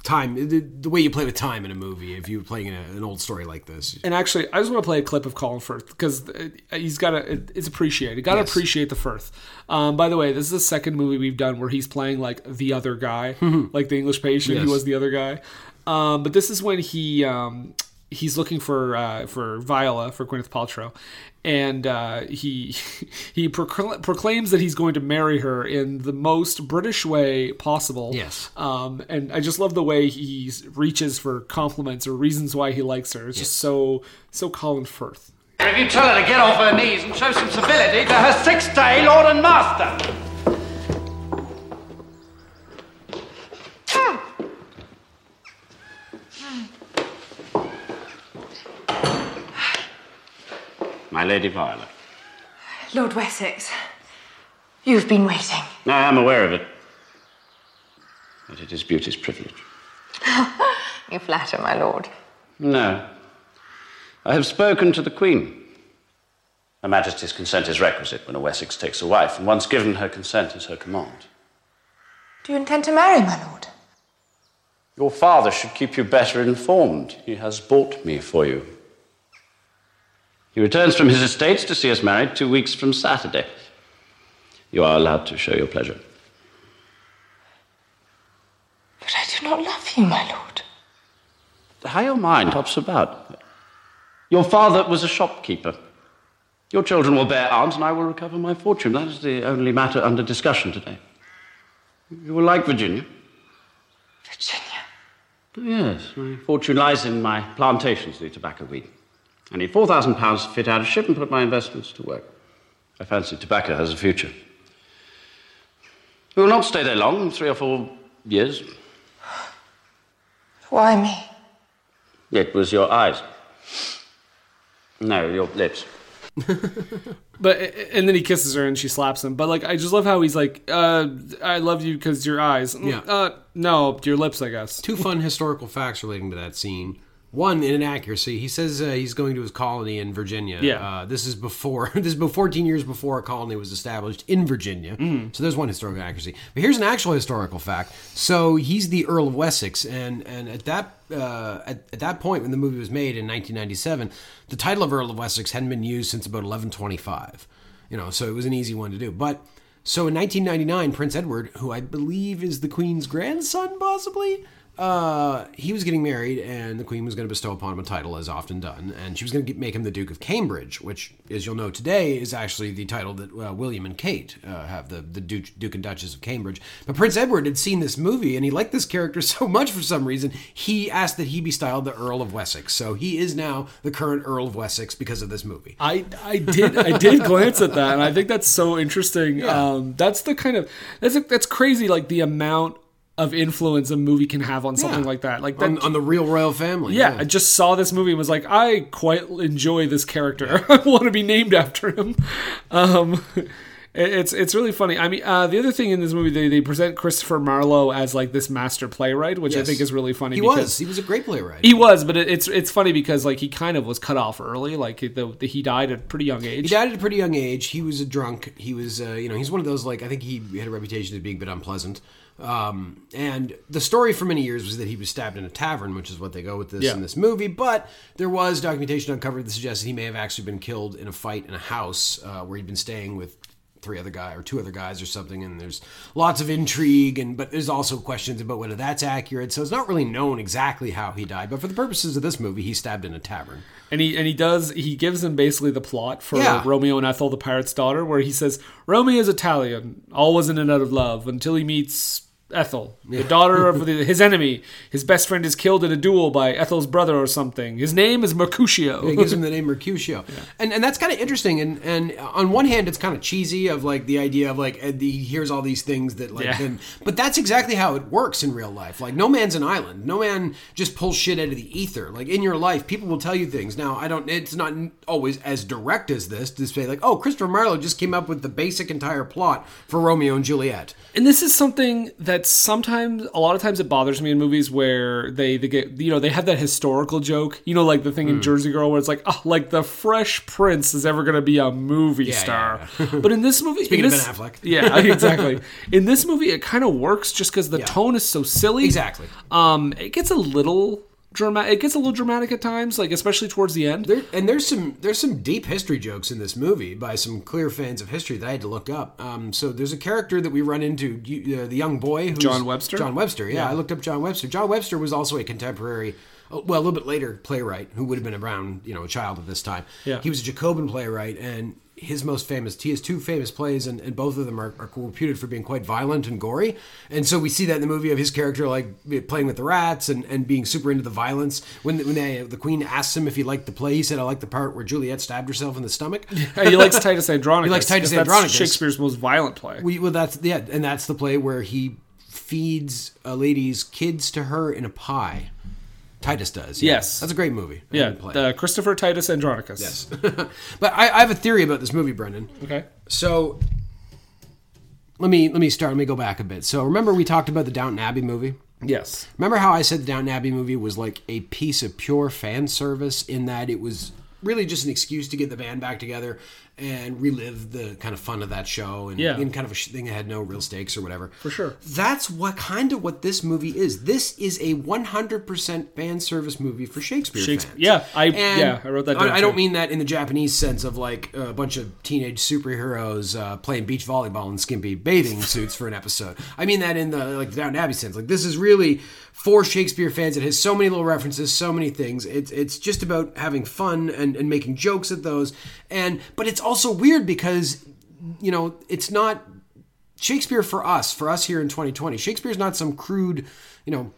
A: time. The, the way you play with time in a movie. If you're playing in a, an old story like this,
B: And actually, I just want to play a clip of Colin Firth because he's got to. It's appreciated. Got to appreciate the Firth. Um, by the way, this is the second movie we've done where he's playing like the other guy, like the English patient.
A: Mm-hmm. Yes.
B: He was the other guy. Um, but this is when he um, he's looking for uh, for Viola for Gwyneth Paltrow, and uh, he he procl- proclaims that he's going to marry her in the most British way possible.
A: Yes.
B: Um, and I just love the way he reaches for compliments or reasons why he likes her. It's just so so Colin Firth.
C: And if you tell her to get off her knees and show some civility to her six day lord and master.
D: My Lady Violet.
E: Lord Wessex, you've been waiting.
D: No, I am aware of it. But it is beauty's privilege.
E: You flatter, my lord.
D: No. I have spoken to the Queen. Her Majesty's consent is requisite when a Wessex takes a wife, and once given her consent is her command.
E: Do you intend to marry, my lord?
D: Your father should keep you better informed. He has bought me for you. He returns from his estates to see us married two weeks from Saturday. You are allowed to show your pleasure.
E: But I do not love you, my lord.
D: How your mind hops about. Your father was a shopkeeper. Your children will bear arms, and I will recover my fortune. That is the only matter under discussion today. You will like Virginia?
E: Virginia,
D: Yes, my fortune lies in my plantations, the tobacco weed. I need four thousand pounds to fit out a ship and put my investments to work. I fancy tobacco has a future. We will not stay there long, three or four years.
E: why me?
D: It was your eyes. No, your lips.
B: But and then he kisses her and she slaps him. But like I just love how he's like, uh, "I love you because your eyes." Mm,
A: Yeah.
B: Uh, no, your lips, I guess.
A: two fun historical facts relating to that scene. One in inaccuracy. He says uh, he's going to his colony in Virginia.
B: Yeah.
A: Uh, this is before this is before 14 years before a colony was established in Virginia. So there's one historical accuracy. But here's an actual historical fact. So he's the Earl of Wessex, and and at that uh, at, at that point when the movie was made in 1997, the title of Earl of Wessex hadn't been used since about 1125. You know, so it was an easy one to do, but. So in 1999, Prince Edward, who I believe is the Queen's grandson, possibly, uh, he was getting married, and the Queen was going to bestow upon him a title, as often done, and she was going to make him the Duke of Cambridge, which, as you'll know today, is actually the title that uh, William and Kate uh, have, the, the Duke, Duke and Duchess of Cambridge. But Prince Edward had seen this movie, and he liked this character so much for some reason, he asked that he be styled the Earl of Wessex. So he is now the current Earl of Wessex because of this movie.
B: I, I did I did glance at that and I think that's so interesting. Um, that's the kind of that's that's crazy like the amount of influence a movie can have on something
A: Yeah.
B: like that. Like that,
A: On, on the real royal family.
B: yeah, I just saw this movie and was like, I quite enjoy this character. I want to be named after him. Um, it- it's it's really funny. I mean, uh, the other thing in this movie, they, they present Christopher Marlowe as like this master playwright, which I
A: Yes.
B: think is really funny.
A: He
B: because
A: was. He was a great playwright.
B: He was, but it, it's it's funny because like he kind of was cut off early. Like the, the, he died at a pretty young age.
A: He died at a pretty young age. He was a drunk. He was, uh, you know, he's one of those like I think he had a reputation as being a bit unpleasant. Um, and the story for many years was that he was stabbed in a tavern, which is what they go with this
B: Yeah.
A: in this movie. But there was documentation uncovered that suggested he may have actually been killed in a fight in a house uh, where he'd been staying with three other guy or two other guys or something. And there's lots of intrigue, and but there's also questions about whether that's accurate. So it's not really known exactly how he died. But for the purposes of this movie, he's stabbed in a tavern.
B: And he and he does he gives him basically the plot for
A: Yeah.
B: Romeo and Ethel, the pirate's daughter, where he says Romeo is Italian, always in and out of love, until he meets Ethel, the daughter of the, his enemy. His best friend is killed in a duel by Ethel's brother or something. His name is Mercutio.
A: it gives him the name Mercutio, and and that's kind of interesting. And and on one hand, it's kind of cheesy of like the idea of like uh, the here's all these things that like
B: Yeah.
A: then, but that's exactly how it works in real life. Like no man's an island. No man just pulls shit out of the ether. Like in your life, people will tell you things. Now I don't. It's not always as direct as this to say like oh Christopher Marlowe just came up with the basic entire plot for Romeo and Juliet.
B: and this is something that sometimes a lot of times it bothers me in movies where they, they get you know they have that historical joke you know like the
A: Hmm.
B: thing in jersey girl where it's like oh like the fresh prince is ever going to be a movie star but in this movie
A: Speaking
B: in
A: of
B: this,
A: Ben Affleck.
B: yeah exactly in this movie it kind of works just because the tone is so silly
A: Exactly.
B: um it gets a little dramatic it gets a little dramatic at times like especially towards the end
A: There, and there's some there's some deep history jokes in this movie by some clear fans of history that I had to look up. Um, so there's a character that we run into, you- uh, the young boy, who's,
B: John Webster?
A: John Webster, yeah, I looked up John Webster. John Webster was also a contemporary, oh, well, a little bit later playwright who would have been around, you know, a child at this time.
B: Yeah.
A: he was a Jacobin playwright, and his most famous, he has two famous plays, and, and both of them are, are reputed for being quite violent and gory. And so we see that in the movie of his character like playing with the rats and, and being super into the violence. When the, when they, the queen asks him if he liked the play, he said, "I like the part where Juliet stabbed herself in the stomach."
B: Hey, he likes titus andronicus
A: He likes Titus
B: 'cause that's
A: Andronicus.
B: shakespeare's most violent play
A: We, well, that's yeah, and that's the play where he feeds a lady's kids to her in a pie. Titus does. yeah.
B: Yes.
A: that's a great movie. and
B: yeah
A: play.
B: the christopher titus andronicus
A: Yes. but I, I have a theory about this movie, Brendan.
B: okay
A: So let me let me start. Let me go back a bit. So remember we talked about the Downton Abbey movie.
B: yes
A: Remember how I said the Downton Abbey movie was like a piece of pure fan service in that it was really just an excuse to get the band back together and relive the kind of fun of that show and,
B: Yeah.
A: and kind of a sh- thing that had no real stakes or whatever. For
B: sure.
A: That's what kind of what this movie is. This is a 100% fan service movie for Shakespeare,
B: Shakespeare-
A: fans.
B: yeah, I- yeah, I wrote that down
A: I, I don't
B: too.
A: mean that in the Japanese sense of like a bunch of teenage superheroes uh, playing beach volleyball in skimpy bathing suits for an episode. I mean that in the like the Downton Abbey sense. Like this is really for Shakespeare fans. It has so many little references, so many things. It's it's just about having fun and, and making jokes at those. And but it's also weird because you know it's not Shakespeare for us, for us here in 2020, Shakespeare's not some crude, you know,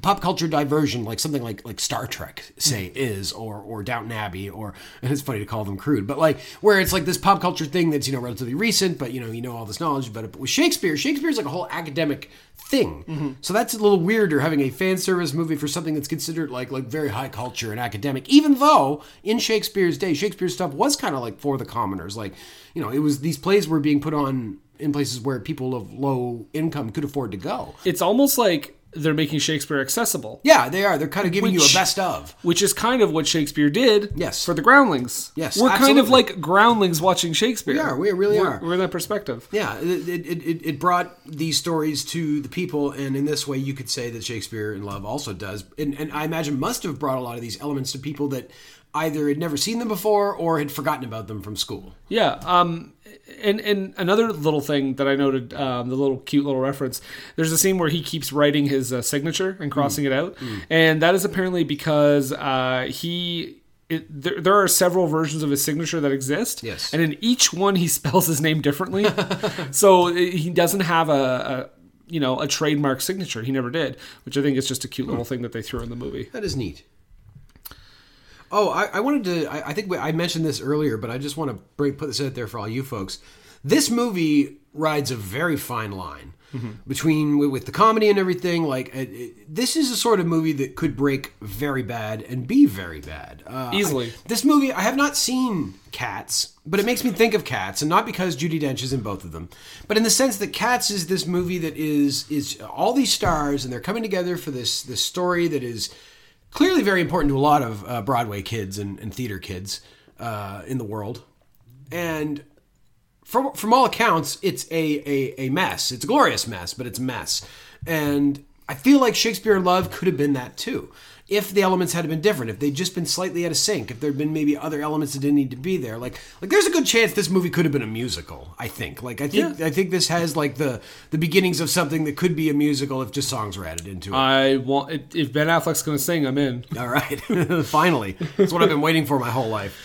A: pop culture diversion like something like like Star Trek, say, is, or or Downton Abbey, or and it's funny to call them crude, but like where it's like this pop culture thing that's you know relatively recent, but you know you know all this knowledge about it. But with Shakespeare, Shakespeare's like a whole academic thing, so that's a little weirder having a fan service movie for something that's considered like like very high culture and academic. Even though in Shakespeare's day, Shakespeare's stuff was kind of like for the commoners, like you know it was these plays were being put on in places where people of low income could afford to go.
B: it's almost like they're making Shakespeare accessible,
A: Yeah, they are. They're kind of giving you
B: Which-
A: a best of.
B: which is kind of what Shakespeare did
A: Yes.
B: for the Groundlings.
A: Yes,
B: We're kind of
A: absolutely.
B: like Groundlings watching Shakespeare.
A: We are. We really
B: We're-
A: are.
B: We're in that perspective.
A: Yeah, it, it, it- it, it brought these stories to the people, and in this way, you could say that Shakespeare in Love also does, and, and I imagine must have brought a lot of these elements to people that either had never seen them before or had forgotten about them from school.
B: Yeah. Um, and and another little thing that I noted, um, the little cute little reference. There's a scene where he keeps writing his uh, signature and crossing it
A: Mm.
B: out, and that is apparently because uh, he. It, there, there are several versions of his signature that exist.
A: Yes.
B: And in each one, he spells his name differently. so uh, he doesn't have a, a, you know, a trademark signature. He never did, which I think is just a
A: Hmm.
B: cute little thing that they threw in the movie.
A: That is neat. Oh, I, I wanted to. I, I think we, I mentioned this earlier, but I just want to bring, put this out there for all you folks. This movie rides a very fine line between wi- with the comedy and everything. Like, it, it, this is a sort of movie that could break very bad and be very bad uh,
B: Easily.
A: I- this movie, I have not seen Cats, but it makes me think of Cats, and not because Judy Dench is in both of them, but in the sense that Cats is this movie that is is all these stars, and they're coming together for this this story that is clearly very important to a lot of uh, Broadway kids and, and theater kids uh, in the world, and from from all accounts, it's a, a a mess. It's a glorious mess, but it's a mess. And I feel like Shakespeare in Love could have been that too, if the elements had been different, if they'd just been slightly out of sync, if there'd been maybe other elements that didn't need to be there. Like like there's a good chance this movie could have been a musical. I think. Like I think I think this has like the the beginnings of something that could be a musical if just songs were added into it.
B: I want if Ben Affleck's going to sing, I'm in.
A: All right, finally, that's what I've been waiting for my whole life.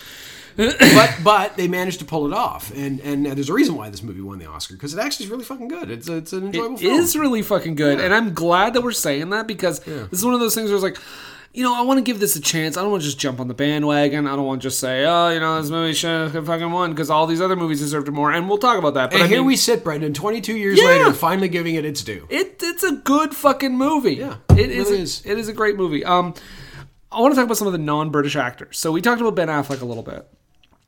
A: but but they managed to pull it off, and and there's a reason why this movie won the Oscar because it actually is really fucking good. It's a, it's an enjoyable
B: It
A: film.
B: is really fucking good, and I'm glad that we're saying that because this is one of those things where it's like, you know, I want to give this a chance. I don't want to just jump on the bandwagon. I don't want to just say, oh, you know, this movie should have fucking won because all these other movies deserved it more, and we'll talk about that. But
A: And
B: I
A: here
B: mean,
A: we sit, Brendan, 22 years
B: Yeah.
A: later, finally giving it its due.
B: it it's a good fucking movie.
A: Yeah,
B: it
A: it
B: is.
A: really is.
B: It is a great movie. Um, I want to talk about some of the non-British actors. So we talked about Ben Affleck a little bit.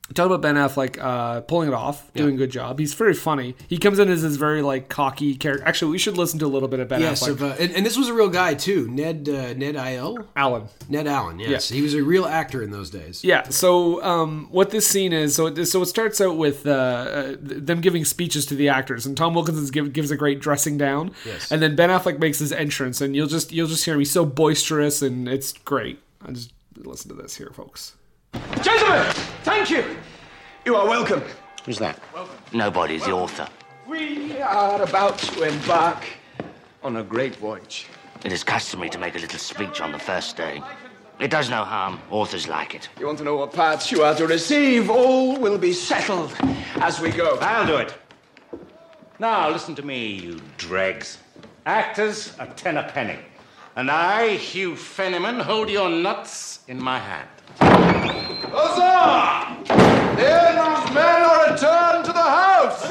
B: We talked about Ben Affleck uh, pulling it off, doing a good job. He's very funny. He comes in as this very like cocky character. Actually, we should listen to a little bit of Ben
A: Yes,
B: Affleck.
A: of, uh, and, and this was a real guy too, Ned uh, Ned Iel,
B: Alan.
A: Ned Allen. Yes,
B: Yeah.
A: he was a real actor in those days.
B: Yeah. So um, what this scene is, so it, so it starts out with uh, uh, them giving speeches to the actors, and Tom Wilkinson give, gives a great dressing down,
A: Yes.
B: and then Ben Affleck makes his entrance, and you'll just you'll just hear him. He's so boisterous, and it's great. I just listen to this here, folks.
F: Gentlemen, thank you. You are welcome.
D: Who's that? Nobody's the author.
F: We are about to embark on a great voyage.
G: It is customary to make a little speech on the first day. It does no harm. Authors like it.
F: You want to know what parts you are to receive? All will be settled as we go.
H: I'll do it. Now, listen to me, you dregs. Actors are ten a penny. And I, Hugh Fenneman, hold your nuts in my hand.
F: Huzzah! Ireland's men are returned to the house!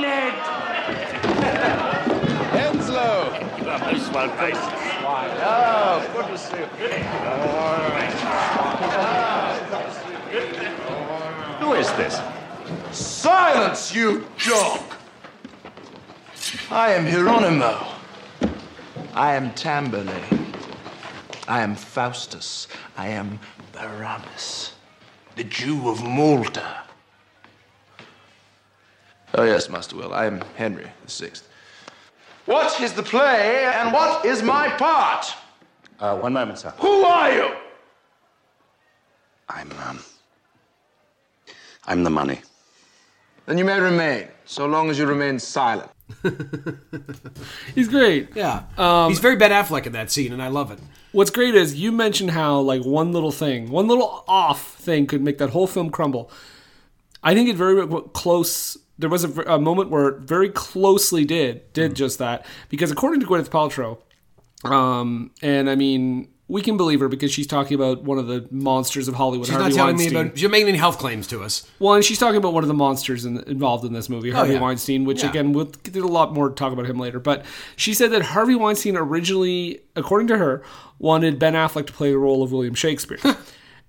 H: Ned!
F: Henslow!
H: You are most well placed.
F: Oh, good to see you.
H: Who is this?
F: Silence, you dog! I am Hieronimo. I am Tamburlaine. I am Faustus. I am Barabbas, the Jew of Malta. Oh, yes, Master Will. I am Henry the Sixth. What is the play and what is my part?
H: Uh, one moment, sir.
F: Who are you?
H: I'm, um. I'm the money.
F: Then you may remain, so long as you remain silent.
B: He's great.
A: Yeah,
B: Um,
A: he's very Ben Affleck in that scene, and I love it.
B: What's great is you mentioned how like one little thing, one little off thing could make that whole film crumble. I think it very w- close. There was a, v- a moment where it very closely did
A: Mm.
B: did just that because according to Gwyneth Paltrow, um, and I mean we can believe her because she's talking about one of the monsters of Hollywood.
A: She's
B: Harvey
A: not telling
B: Weinstein.
A: me about. She's making any health claims to us.
B: Well, and she's talking about one of the monsters in, involved in this movie, Harvey
A: Oh, yeah.
B: Weinstein, which
A: Yeah.
B: again we'll get a lot more to talk about him later. But she said that Harvey Weinstein originally, according to her, wanted Ben Affleck to play the role of William Shakespeare,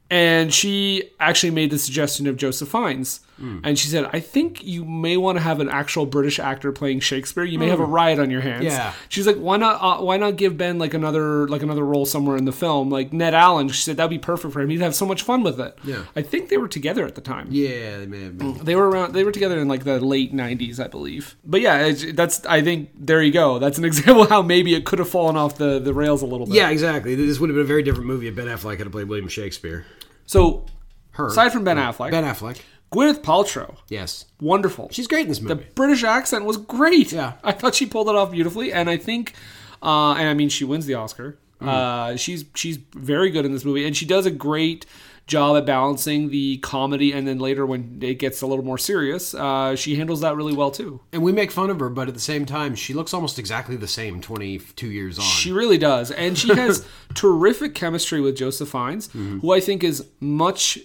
B: and she actually made the suggestion of Joseph Fiennes.
A: Hmm.
B: And she said, I think you may want to have an actual British actor playing Shakespeare. You may have a riot on your hands.
A: Hmm. Yeah.
B: She's like, why not? Uh, why not give Ben like another like another role somewhere in the film, like Ned Allen? She said that'd be perfect for him. He'd have so much fun with it.
A: Yeah.
B: I think they were together at the time.
A: Yeah, they may have been.
B: They were around. They were together in like the late '90s, I believe. But yeah, it's, that's. I think there you go. That's an example of how maybe it could have fallen off the the rails a little bit.
A: Yeah, exactly. This would have been a very different movie if Ben Affleck had played William Shakespeare.
B: So
A: Her.
B: aside from Ben Affleck,
A: Ben Affleck.
B: Gwyneth Paltrow,
A: Yes.
B: wonderful.
A: She's great in this
B: the
A: movie.
B: British accent was great.
A: Yeah.
B: I thought she pulled it off beautifully, and I think, uh, and I mean, she wins the Oscar.
A: Hmm.
B: Uh, she's she's very good in this movie, and she does a great job at balancing the comedy, and then later when it gets a little more serious, uh, she handles that really well too.
A: and we make fun of her, but at the same time, she looks almost exactly the same 22 years on.
B: She really does. And she has terrific chemistry with Joseph Fiennes,
A: Mm-hmm.
B: who I think is much.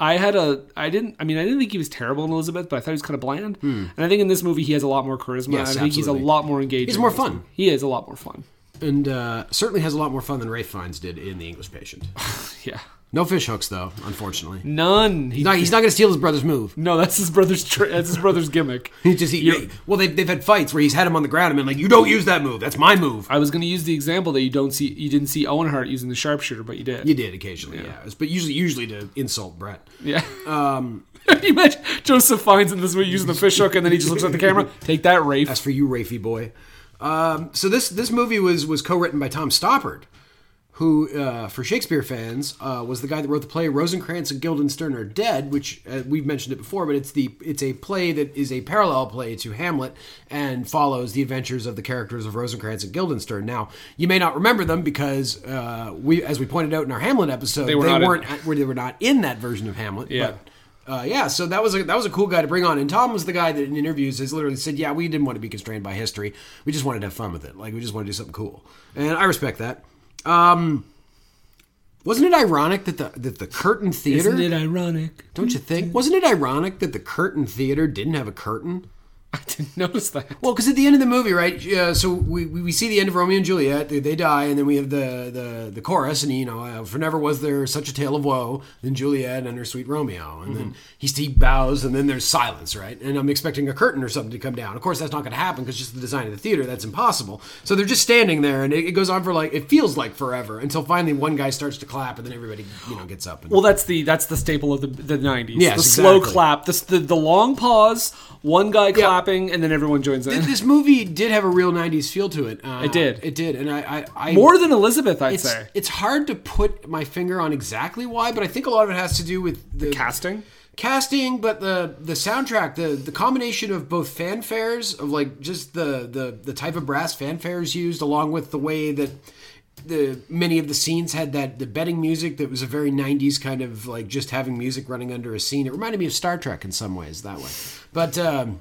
B: I had a. I didn't. I mean, I didn't think he was terrible in Elizabeth, but I thought he was kind of bland. And I think in this movie, he has a lot more charisma.
A: Mm. Yes,
B: and I think he's a
A: absolutely.
B: lot more engaging.
A: He's more
B: in this
A: fun.
B: movie. He is a lot more fun.
A: and uh, certainly has a lot more fun than Ray Fiennes did in The English Patient.
B: Yeah.
A: No fish hooks, though, unfortunately.
B: None. He,
A: No, he's not going to steal his brother's move.
B: no, that's his brother's. Tri- that's his brother's gimmick.
A: He just he,
B: You're-
A: well, they've, they've had fights where he's had him on the ground and been like, "You don't use that move. That's my move."
B: I was going to use the example that you don't see. You didn't see Owen Hart using the sharpshooter, but you did.
A: You did occasionally, yeah. but usually usually to insult Brett.
B: yeah. Um. you imagine Joseph Fiennes in this movie using the fish hook, and then he just looks at the camera. Take that, Rafe.
A: That's for you, Rafey boy. Um, so this this movie was was co-written by Tom Stoppard, who, uh, for Shakespeare fans, uh, was the guy that wrote the play Rosencrantz and Guildenstern are Dead, which uh, we've mentioned it before, but it's the it's a play that is a parallel play to Hamlet and follows the adventures of the characters of Rosencrantz and Guildenstern. Now you may not remember them because uh, we, as we pointed out in our Hamlet episode, they,
B: were not in-
A: weren't at- where they were not in that version of Hamlet.
B: Yeah.
A: But, uh, yeah, so that was a that was a cool guy to bring on, and Tom was the guy that in interviews has literally said, "Yeah, we didn't want to be constrained by history. We just wanted to have fun with it. Like we just want to do something cool." And I respect that. Um, wasn't it ironic that the that the Curtain Theater?
B: Isn't it ironic?
A: don't you think? Wasn't it ironic that the Curtain Theater didn't have a curtain?
B: I didn't notice that.
A: Well, because at the end of the movie, right? Uh, so we, we we see the end of Romeo and Juliet. They, they die, and then we have the the, the chorus, and you know, uh, for never was there such a tale of woe than Juliet and her sweet Romeo. And
B: Mm-hmm.
A: then he, he bows, and then there's silence, right? And I'm expecting a curtain or something to come down. Of course, that's not going to happen because just the design of the theater, that's impossible. So they're just standing there, and it, it goes on for like it feels like forever until finally one guy starts to clap, and then everybody you know gets up. And,
B: Well, that's the that's the staple of the the nineties.
A: Yes,
B: the slow
A: exactly.
B: clap, the, the the long pause, one guy clapping, and then everyone joins in.
A: Th- this movie did have a real '90s feel to it. Uh,
B: It did.
A: It did, and I, I, I
B: More than Elizabeth, I'd
A: it's,
B: say.
A: it's hard to put my finger on exactly why, but I think a lot of it has to do with the,
B: Casting.
A: casting, but the the soundtrack, the the combination of both fanfares of like just the the the type of brass fanfares used, along with the way that the many of the scenes had that the betting music that was a very 90s kind of like just having music running under a scene. It reminded me of Star Trek in some ways that way, but. um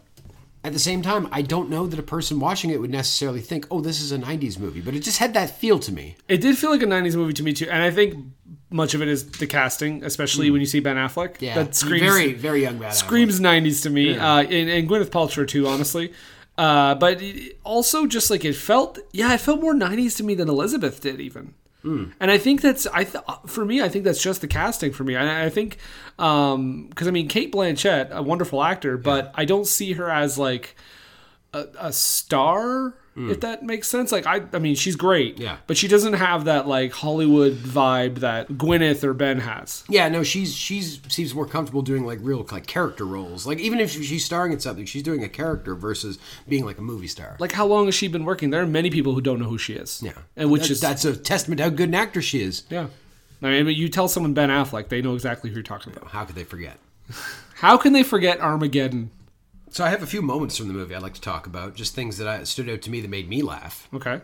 A: at the same time, I don't know that a person watching it would necessarily think, "Oh, this is a '90s movie," but it just had that feel to me.
B: It did feel like a nineties movie to me too, and I think much of it is the casting, especially when you see Ben Affleck.
A: Hmm. Yeah,
B: that screams
A: very very young bad.
B: screams nineties to me, uh, and, and Gwyneth Paltrow too, honestly. Uh, but it- also just like it felt, yeah, it felt more nineties to me than Elizabeth did even. And I think that's I th- for me I think that's just the casting for me. I, I think because I mean Kate Blanchett, a wonderful actor, but I don't see her as like a, a star. If that makes sense, like I, I mean, she's great,
A: Yeah.
B: but she doesn't have that like Hollywood vibe that Gwyneth or Ben has.
A: Yeah, no, she's she's seems more comfortable doing like real like character roles. Like even if she- she's starring in something, she's doing a character versus being like a movie star.
B: Like, how long has she been working? There are many people who don't know who she is.
A: yeah,
B: and which
A: That-
B: is
A: that's a testament to how good an actor she is.
B: Yeah. I mean, but you tell someone Ben Affleck, they know exactly who you're talking about.
A: How could they forget?
B: How can they forget Armageddon?
A: So I have a few moments from the movie I'd like to talk about, just things that I, stood out to me that made me laugh.
B: Okay.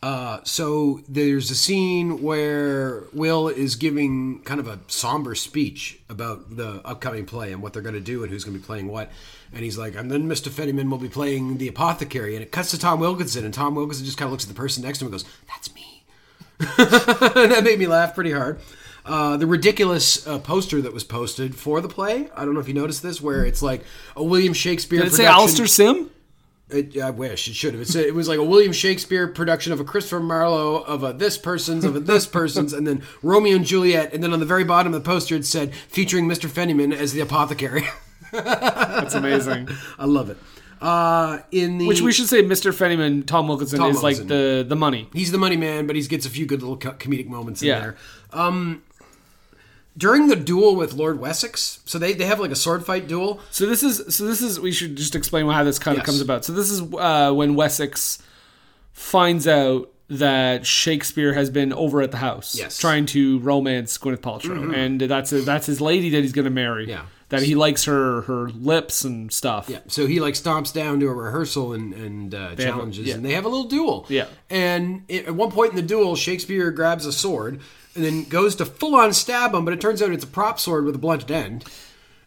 A: Uh, so there's a scene where Will is giving kind of a somber speech about the upcoming play and what they're going to do and who's going to be playing what. And he's like, and then Mr. Fenniman will be playing the apothecary. And it cuts to Tom Wilkinson, and Tom Wilkinson just kind of looks at the person next to him and goes, That's me. and that made me laugh pretty hard. Uh, the ridiculous uh, poster that was posted for the play. I don't know if you noticed this, where it's like a William Shakespeare.
B: Did it say
A: production-
B: Alistair Sim?
A: it, I wish it should have. It's a, it was like a William Shakespeare production of a Christopher Marlowe of a this person's of a this person's, and then Romeo and Juliet, and then on the very bottom of the poster it said featuring Mr. Fenniman as the apothecary.
B: That's amazing.
A: I love it. Uh, in the
B: Which we should say, Mr. Fennyman, Tom Wilkinson
A: Tom
B: is like
A: Wilkinson.
B: the the money.
A: He's the money man, but he gets a few good little co- comedic moments in
B: Yeah.
A: there. Um, during the duel with Lord Wessex, so they, they have like a sword fight duel.
B: So this is so this is we should just explain how this kind of
A: Yes.
B: comes about. So this is uh, when Wessex finds out that Shakespeare has been over at the house,
A: Yes. Mm-hmm.
B: trying to romance Gwyneth Paltrow, and that's that's his lady that he's going to marry.
A: Yeah.
B: that he likes her her lips and stuff.
A: Yeah, so he like stomps down to a rehearsal and and uh,
B: have a-
A: challenges,
B: yeah.
A: and they have a little duel.
B: Yeah.
A: and it, at one point in the duel, Shakespeare grabs a sword and then goes to full on stab him, but it turns out it's a prop sword with a blunted end,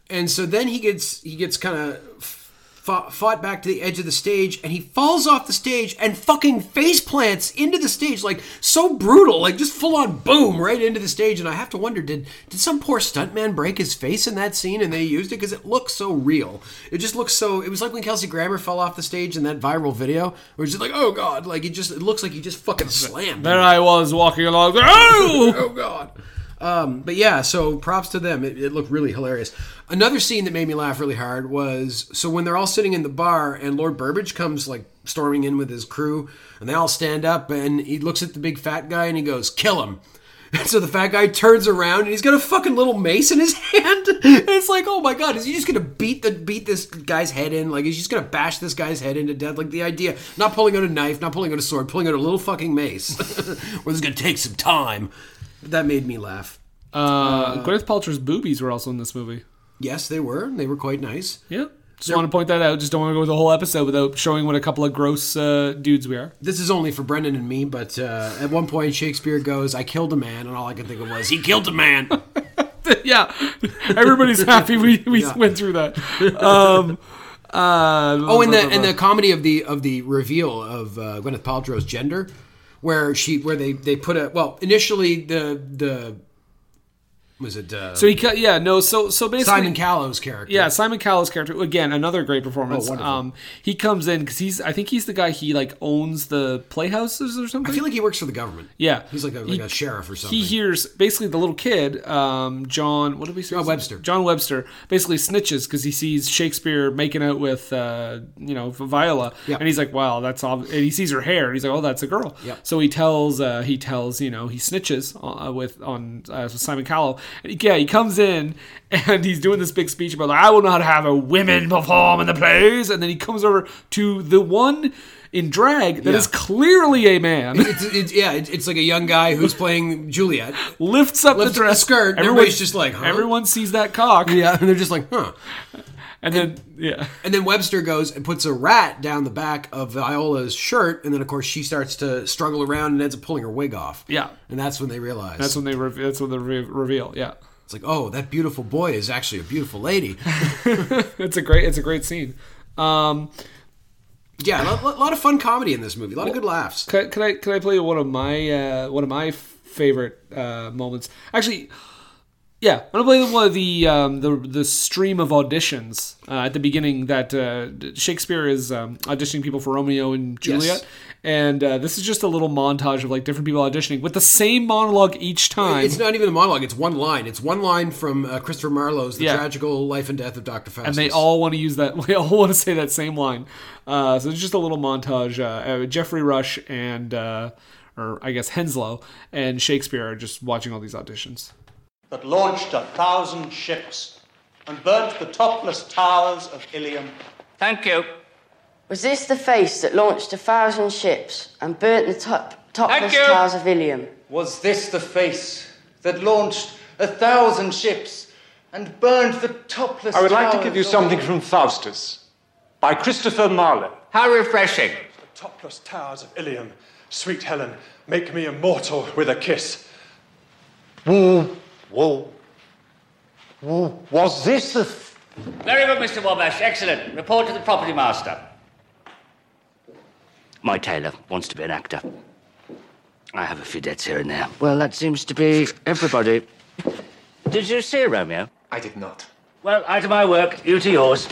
A: and so then he gets he gets kind of fought, fought back to the edge of the stage, and he falls off the stage and fucking face plants into the stage like so brutal, like just full on boom right into the stage, and I have to wonder did did some poor stuntman break his face in that scene and they used it because it looks so real. It just looks so. It was like when Kelsey Grammer fell off the stage in that viral video, where it's just like oh god, like it just it looks like he just fucking slammed.
B: There I was walking along. Oh,
A: Oh God. Um, but yeah, so props to them. It, it looked really hilarious. Another scene that made me laugh really hard was so when they're all sitting in the bar and Lord Burbage comes like storming in with his crew and they all stand up and he looks at the big fat guy and he goes, "Kill him." And so the fat guy turns around and he's got a fucking little mace in his hand. And it's like, oh my god, is he just gonna beat the beat this guy's head in? Like, is he just gonna bash this guy's head into death? Like the idea, not pulling out a knife, not pulling out a sword, pulling out a little fucking mace. well, this is gonna take some time. But that made me laugh.
B: uh, Gwyneth Paltrow's boobies were also in this movie.
A: Yes, they were. They were quite nice.
B: Yeah, just want to point that out. Just don't want to go the whole episode without showing what a couple of gross uh, dudes we are.
A: This is only for Brendan and me, but uh, at one point Shakespeare goes, "I killed a man," and all I could think of was, "He killed a man."
B: yeah, everybody's happy we, we went through that. Um, uh,
A: Oh, and the and the comedy of the of the reveal of uh, Gwyneth Paltrow's gender, where she where they they put a well initially the the was it uh,
B: so he cut. Yeah, no. So so basically,
A: Simon Callow's character?
B: yeah, Simon Cowell's character again, another great performance.
A: Oh, wonderful.
B: um, he comes in because he's I think he's the guy he like owns the playhouses or something.
A: I feel like he works for the government.
B: yeah,
A: he's like a like
B: He-
A: a sheriff or something.
B: He hears basically the little kid, um, John. What did we say?
A: John Webster.
B: John Webster basically snitches because he sees Shakespeare making out with, uh, you know, Viola,
A: Yeah.
B: and he's like, "Wow, that's ob-, And he sees her hair, and he's like, "Oh, that's a girl."
A: Yeah.
B: So he tells, uh, he tells, you know, he snitches uh, with on uh, with Simon Cowell. And he- yeah, he comes in and he's doing this big speech about, like, "I will not have a women perform in the plays," and then he comes over to the one. In drag, that is
A: Yeah.
B: clearly a man.
A: it's, it's, yeah, it's, it's like a young guy who's playing Juliet.
B: lifts up
A: Lifts
B: the
A: up
B: dress
A: the skirt, and everybody's just like, huh?
B: everyone sees that cock,
A: Yeah, and they're just like, huh.
B: and then yeah,
A: And then Webster goes and puts a rat down the back of Viola's shirt, and then of course she starts to struggle around and ends up pulling her wig off.
B: yeah.
A: And that's when they realize
B: That's when they re- that's when they re- reveal. Yeah,
A: It's like, oh, that beautiful boy is actually a beautiful lady.
B: it's a great it's a great scene. Um,
A: Yeah, a lot, lot of fun comedy in this movie. A lot of good laughs.
B: can, I- can I can I play you one of my uh, one of my favorite uh, moments? Actually, yeah, I'm gonna play you one of the um, the the stream of auditions uh, at the beginning that uh, Shakespeare is um, auditioning people for Romeo and Juliet. And uh, this is just a little montage of like different people auditioning with the same monologue each time.
A: It's not even a monologue. It's one line. It's one line from uh, Christopher Marlowe's "The
B: Yeah.
A: Tragical Life and Death of Doctor Faustus."
B: and they all want to use that. They all want to say that same line. Uh, so it's just a little montage. Uh, uh, Jeffrey Rush and, uh, or I guess Henslow and Shakespeare are just watching all these auditions.
I: that launched a thousand ships and burnt the topless towers of Ilium.
G: Thank you.
J: Was this the face that launched a thousand ships and burnt the top, topless
G: you.
J: towers of Ilium?
I: Was this the face that launched a thousand ships and burned the topless
H: I would like to
I: towers
H: give you
I: of-
H: something from Faustus by Christopher Marlowe.
G: How refreshing.
I: Topless towers of Ilium, sweet Helen, make me immortal with a kiss.
H: Whoa. Was this the.
G: Very good, Mr. Wabash. Excellent. Report to the property master. My tailor wants to be an actor. I have a few debts here and there. Well, that seems to be everybody. Did you see Romeo?
F: I did not.
G: Well, I to my work, you to yours.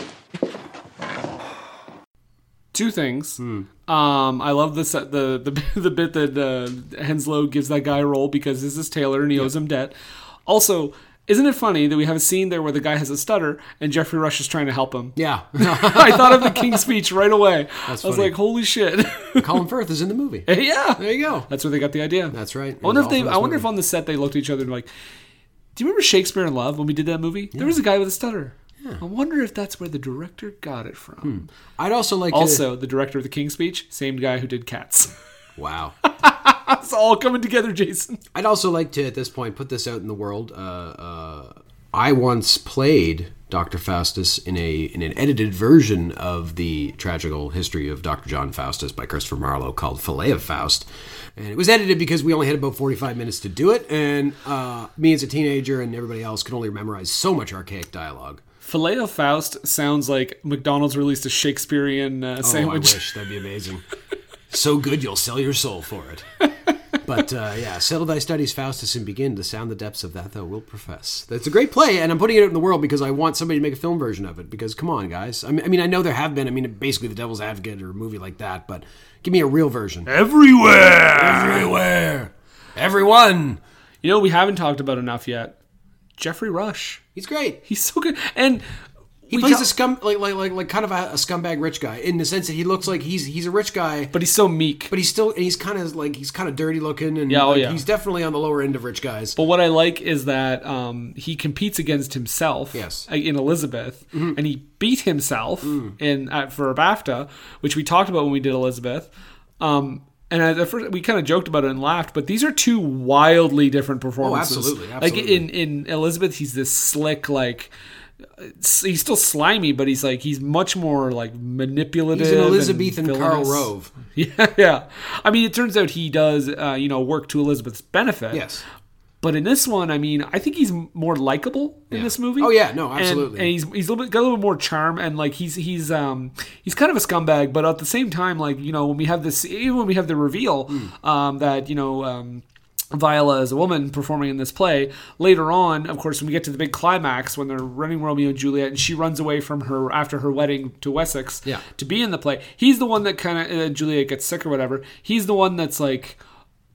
B: Two things.
A: Hmm.
B: Um, I love this the the the bit that uh, Henslow gives that guy a role because this is Taylor and he owes him debt. Also, Isn't it funny that we have a scene there where the guy has a stutter and Jeffrey Rush is trying to help him?
A: Yeah.
B: I thought of the King's speech right away.
A: That's
B: I was
A: funny.
B: like, holy shit.
A: Colin Firth is in the movie.
B: yeah.
A: There you go.
B: That's where they got the idea.
A: That's right.
B: I wonder
A: It was
B: if they.
A: all from
B: I
A: this
B: wonder
A: movie.
B: if on the set they looked at each other and like, "Do you remember Shakespeare in Love when we did that movie? There was a guy with a stutter. I wonder if that's where the director got it from.
A: I'd also like
B: also, the director of the King's Speech, same guy who did Cats.
A: to. Wow.
B: it's all coming together, Jason.
A: I'd also like to, at this point, put this out in the world. Uh, uh, I once played Dr. Faustus in a in an edited version of the tragical history of Dr. John Faustus by Christopher Marlowe called Filet of Faust. And it was edited because we only had about 45 minutes to do it. And uh, me as a teenager and everybody else could only memorize so much archaic dialogue.
B: Filet of Faust sounds like McDonald's released a Shakespearean uh,
A: Oh, I
B: sandwich.
A: wish. That'd be amazing. so good you'll sell your soul for it. But uh, yeah, settle thy studies, Faustus, and begin to sound the depths of that thou wilt profess. That's a great play, and I'm putting it out in the world because I want somebody to make a film version of it. Because come on, guys. I mean, I, mean, I know there have been. I mean, basically, The Devil's Advocate or a movie like that, but give me a real version.
B: Everywhere!
A: everywhere, everyone.
B: You know, what we haven't talked about enough yet. Jeffrey Rush.
A: He's great.
B: He's so good. And
A: He
B: we
A: plays
B: ta-
A: a scum, like, like like like kind of a, a scumbag rich guy in the sense that he looks like he's he's a rich guy,
B: but he's so meek.
A: but he's still and he's kind of like he's kind of dirty looking, and
B: Yeah, oh,
A: like,
B: yeah.
A: he's definitely on the lower end of rich guys.
B: But what I like is that um, he competes against himself uh,
A: Yes. Mm-hmm. Mm.
B: in Elizabeth, and he beat himself in at, for a BAFTA, which we talked about when we did Elizabeth. Um, and at at first, we kind of joked about it and laughed, but these are two wildly different performances.
A: Oh, absolutely,
B: Like
A: absolutely.
B: in in Elizabeth, he's this slick like. s- He's still slimy, but he's like he's much more like manipulative.
A: He's an
B: and
A: Elizabethan Carl
B: villainous.
A: Rove.
B: Yeah, yeah. I mean, it turns out he does, uh, you know, work to Elizabeth's benefit.
A: Yes.
B: But in this one, I mean, I think he's m- more likable in this movie.
A: Oh, yeah, no,
B: And-
A: absolutely.
B: And, he's he's a little bit, got a little bit more charm, and like he's he's um he's kind of a scumbag, but at the same time, like you know, when we have this, even when we have the reveal
A: Hmm.
B: um that you know. um Viola is a woman performing in this play. Later on, of course, when we get to the big climax when they're running Romeo and Juliet, and she runs away from her after her wedding to Wessex
A: Yeah.
B: to be in the play. He's the one that kind of uh, Juliet gets sick or whatever. He's the one that's like,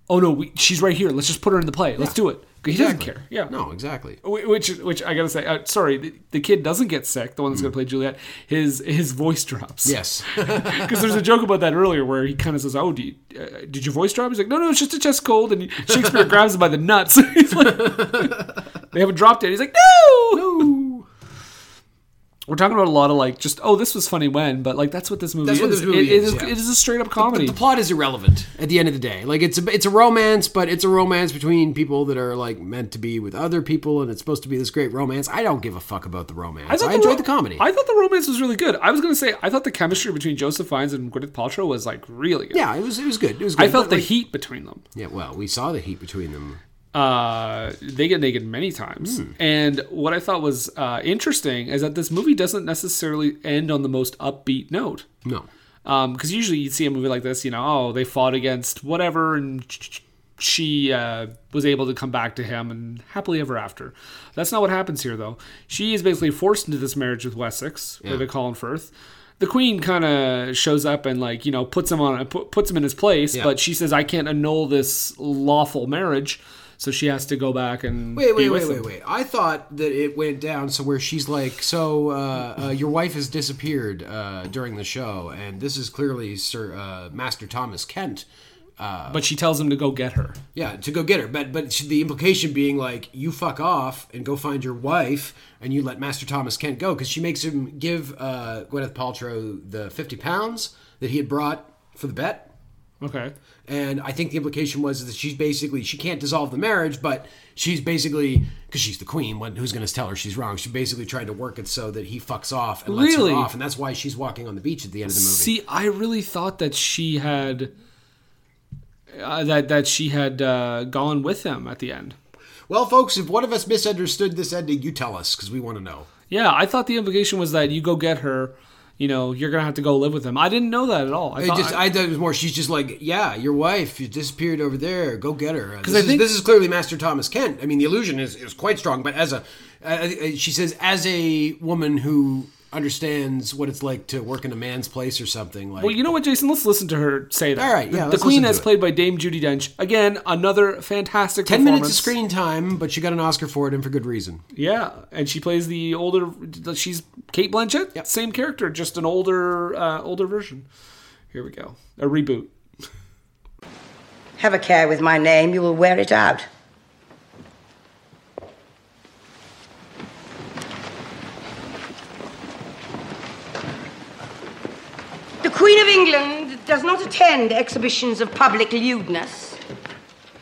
B: oh no, we, she's right here. Let's just put her in the play. Let's do it. He doesn't
A: Exactly.
B: care. Yeah.
A: No, exactly.
B: Wh- Which, which I gotta say, uh, sorry, the, the kid doesn't get sick. The one that's
A: Mm.
B: gonna play Juliet, his his voice drops.
A: Yes.
B: because there's a joke about that earlier where he kind of says, "Oh, do you, uh, did your voice drop?" He's like, "No, no, it's just a chest cold." And he- Shakespeare grabs him by the nuts. He's like, "They haven't dropped it." He's like, "No, no." We're talking about a lot of like just oh this was funny when but like that's what this movie
A: That's
B: is.
A: what this movie
B: It- it
A: is,
B: is
A: yeah.
B: it is a straight up comedy.
A: But the plot is irrelevant at the end of the day. Like it's a, it's a romance, but it's a romance between people that are like meant to be with other people, and it's supposed to be this great romance. I don't give a fuck about the romance. I, enjoyed
B: ro-
A: the comedy.
B: I thought the romance was really good. I was gonna say I thought the chemistry between Joseph Fiennes and Gwyneth Paltrow was like really good.
A: yeah, it was it was good. It was. good.
B: I felt
A: But,
B: the
A: like-
B: heat between them.
A: Yeah, well, we saw the heat between them.
B: Uh, they get naked many times,
A: Hmm.
B: and what I thought was uh, interesting is that this movie doesn't necessarily end on the most upbeat note.
A: No,
B: because Um, usually you'd see a movie like this, you know, oh, they fought against whatever, and sh- sh- she uh, was able to come back to him and happily ever after. That's not what happens here, though. She is basically forced into this marriage with Wessex, with a Colin Firth. The queen kind of shows up and like you know puts him on pu- puts him in his place,
A: Yeah.
B: but she says I can't annul this lawful marriage, so she has to go back and
A: Wait, wait,
B: be with
A: wait,
B: him.
A: wait, wait. I thought that it went down so where she's like, so uh, uh, your wife has disappeared uh, during the show, and this is clearly Sir uh, Master Thomas Kent.
B: But she tells him to go get her.
A: Yeah, to go get her. But but the implication being like you fuck off and go find your wife, and you let Master Thomas Kent go because she makes him give uh, Gwyneth Paltrow the fifty pounds that he had brought for the bet.
B: Okay.
A: And I think the implication was that she's basically she can't dissolve the marriage, but she's basically because she's the queen. When, who's going to tell her she's wrong? She basically tried to work it so that he fucks off and lets
B: Really?
A: her off, and that's why she's walking on the beach at the end of the movie.
B: See, I really thought that she had uh, that that she had uh, gone with him at the end.
A: well, folks, if one of us misunderstood this ending, you tell us because we want to know.
B: Yeah, I thought the implication was that you go get her. You know, you're gonna have to go live with him. I didn't know that at all. I
A: It
B: thought
A: just, I, thought it was more. She's just like, yeah, your wife, you disappeared over there. Go get her. Because
B: I
A: I think
B: think-
A: this is clearly Master Thomas Kent. I mean, the illusion is, is quite strong. But as a, uh, uh, she says, as a woman who understands what it's like to work in a man's place or something. Like,
B: well, you know what, Jason? Let's listen to her say that.
A: All right,
B: The-
A: yeah,
B: The,
A: let's
B: Queen,
A: listen
B: as
A: to it.
B: played by Dame Judy Dench, again another fantastic.
A: ten minutes of
B: performance.
A: screen time, but she got an Oscar for it and for good reason.
B: Yeah, and she plays the older. She's Kate Blanchett, same character, just an older, uh, older version. Here we go, a reboot.
K: Have a care with my name, you will wear it out.
E: The Queen of England does not attend exhibitions of public lewdness.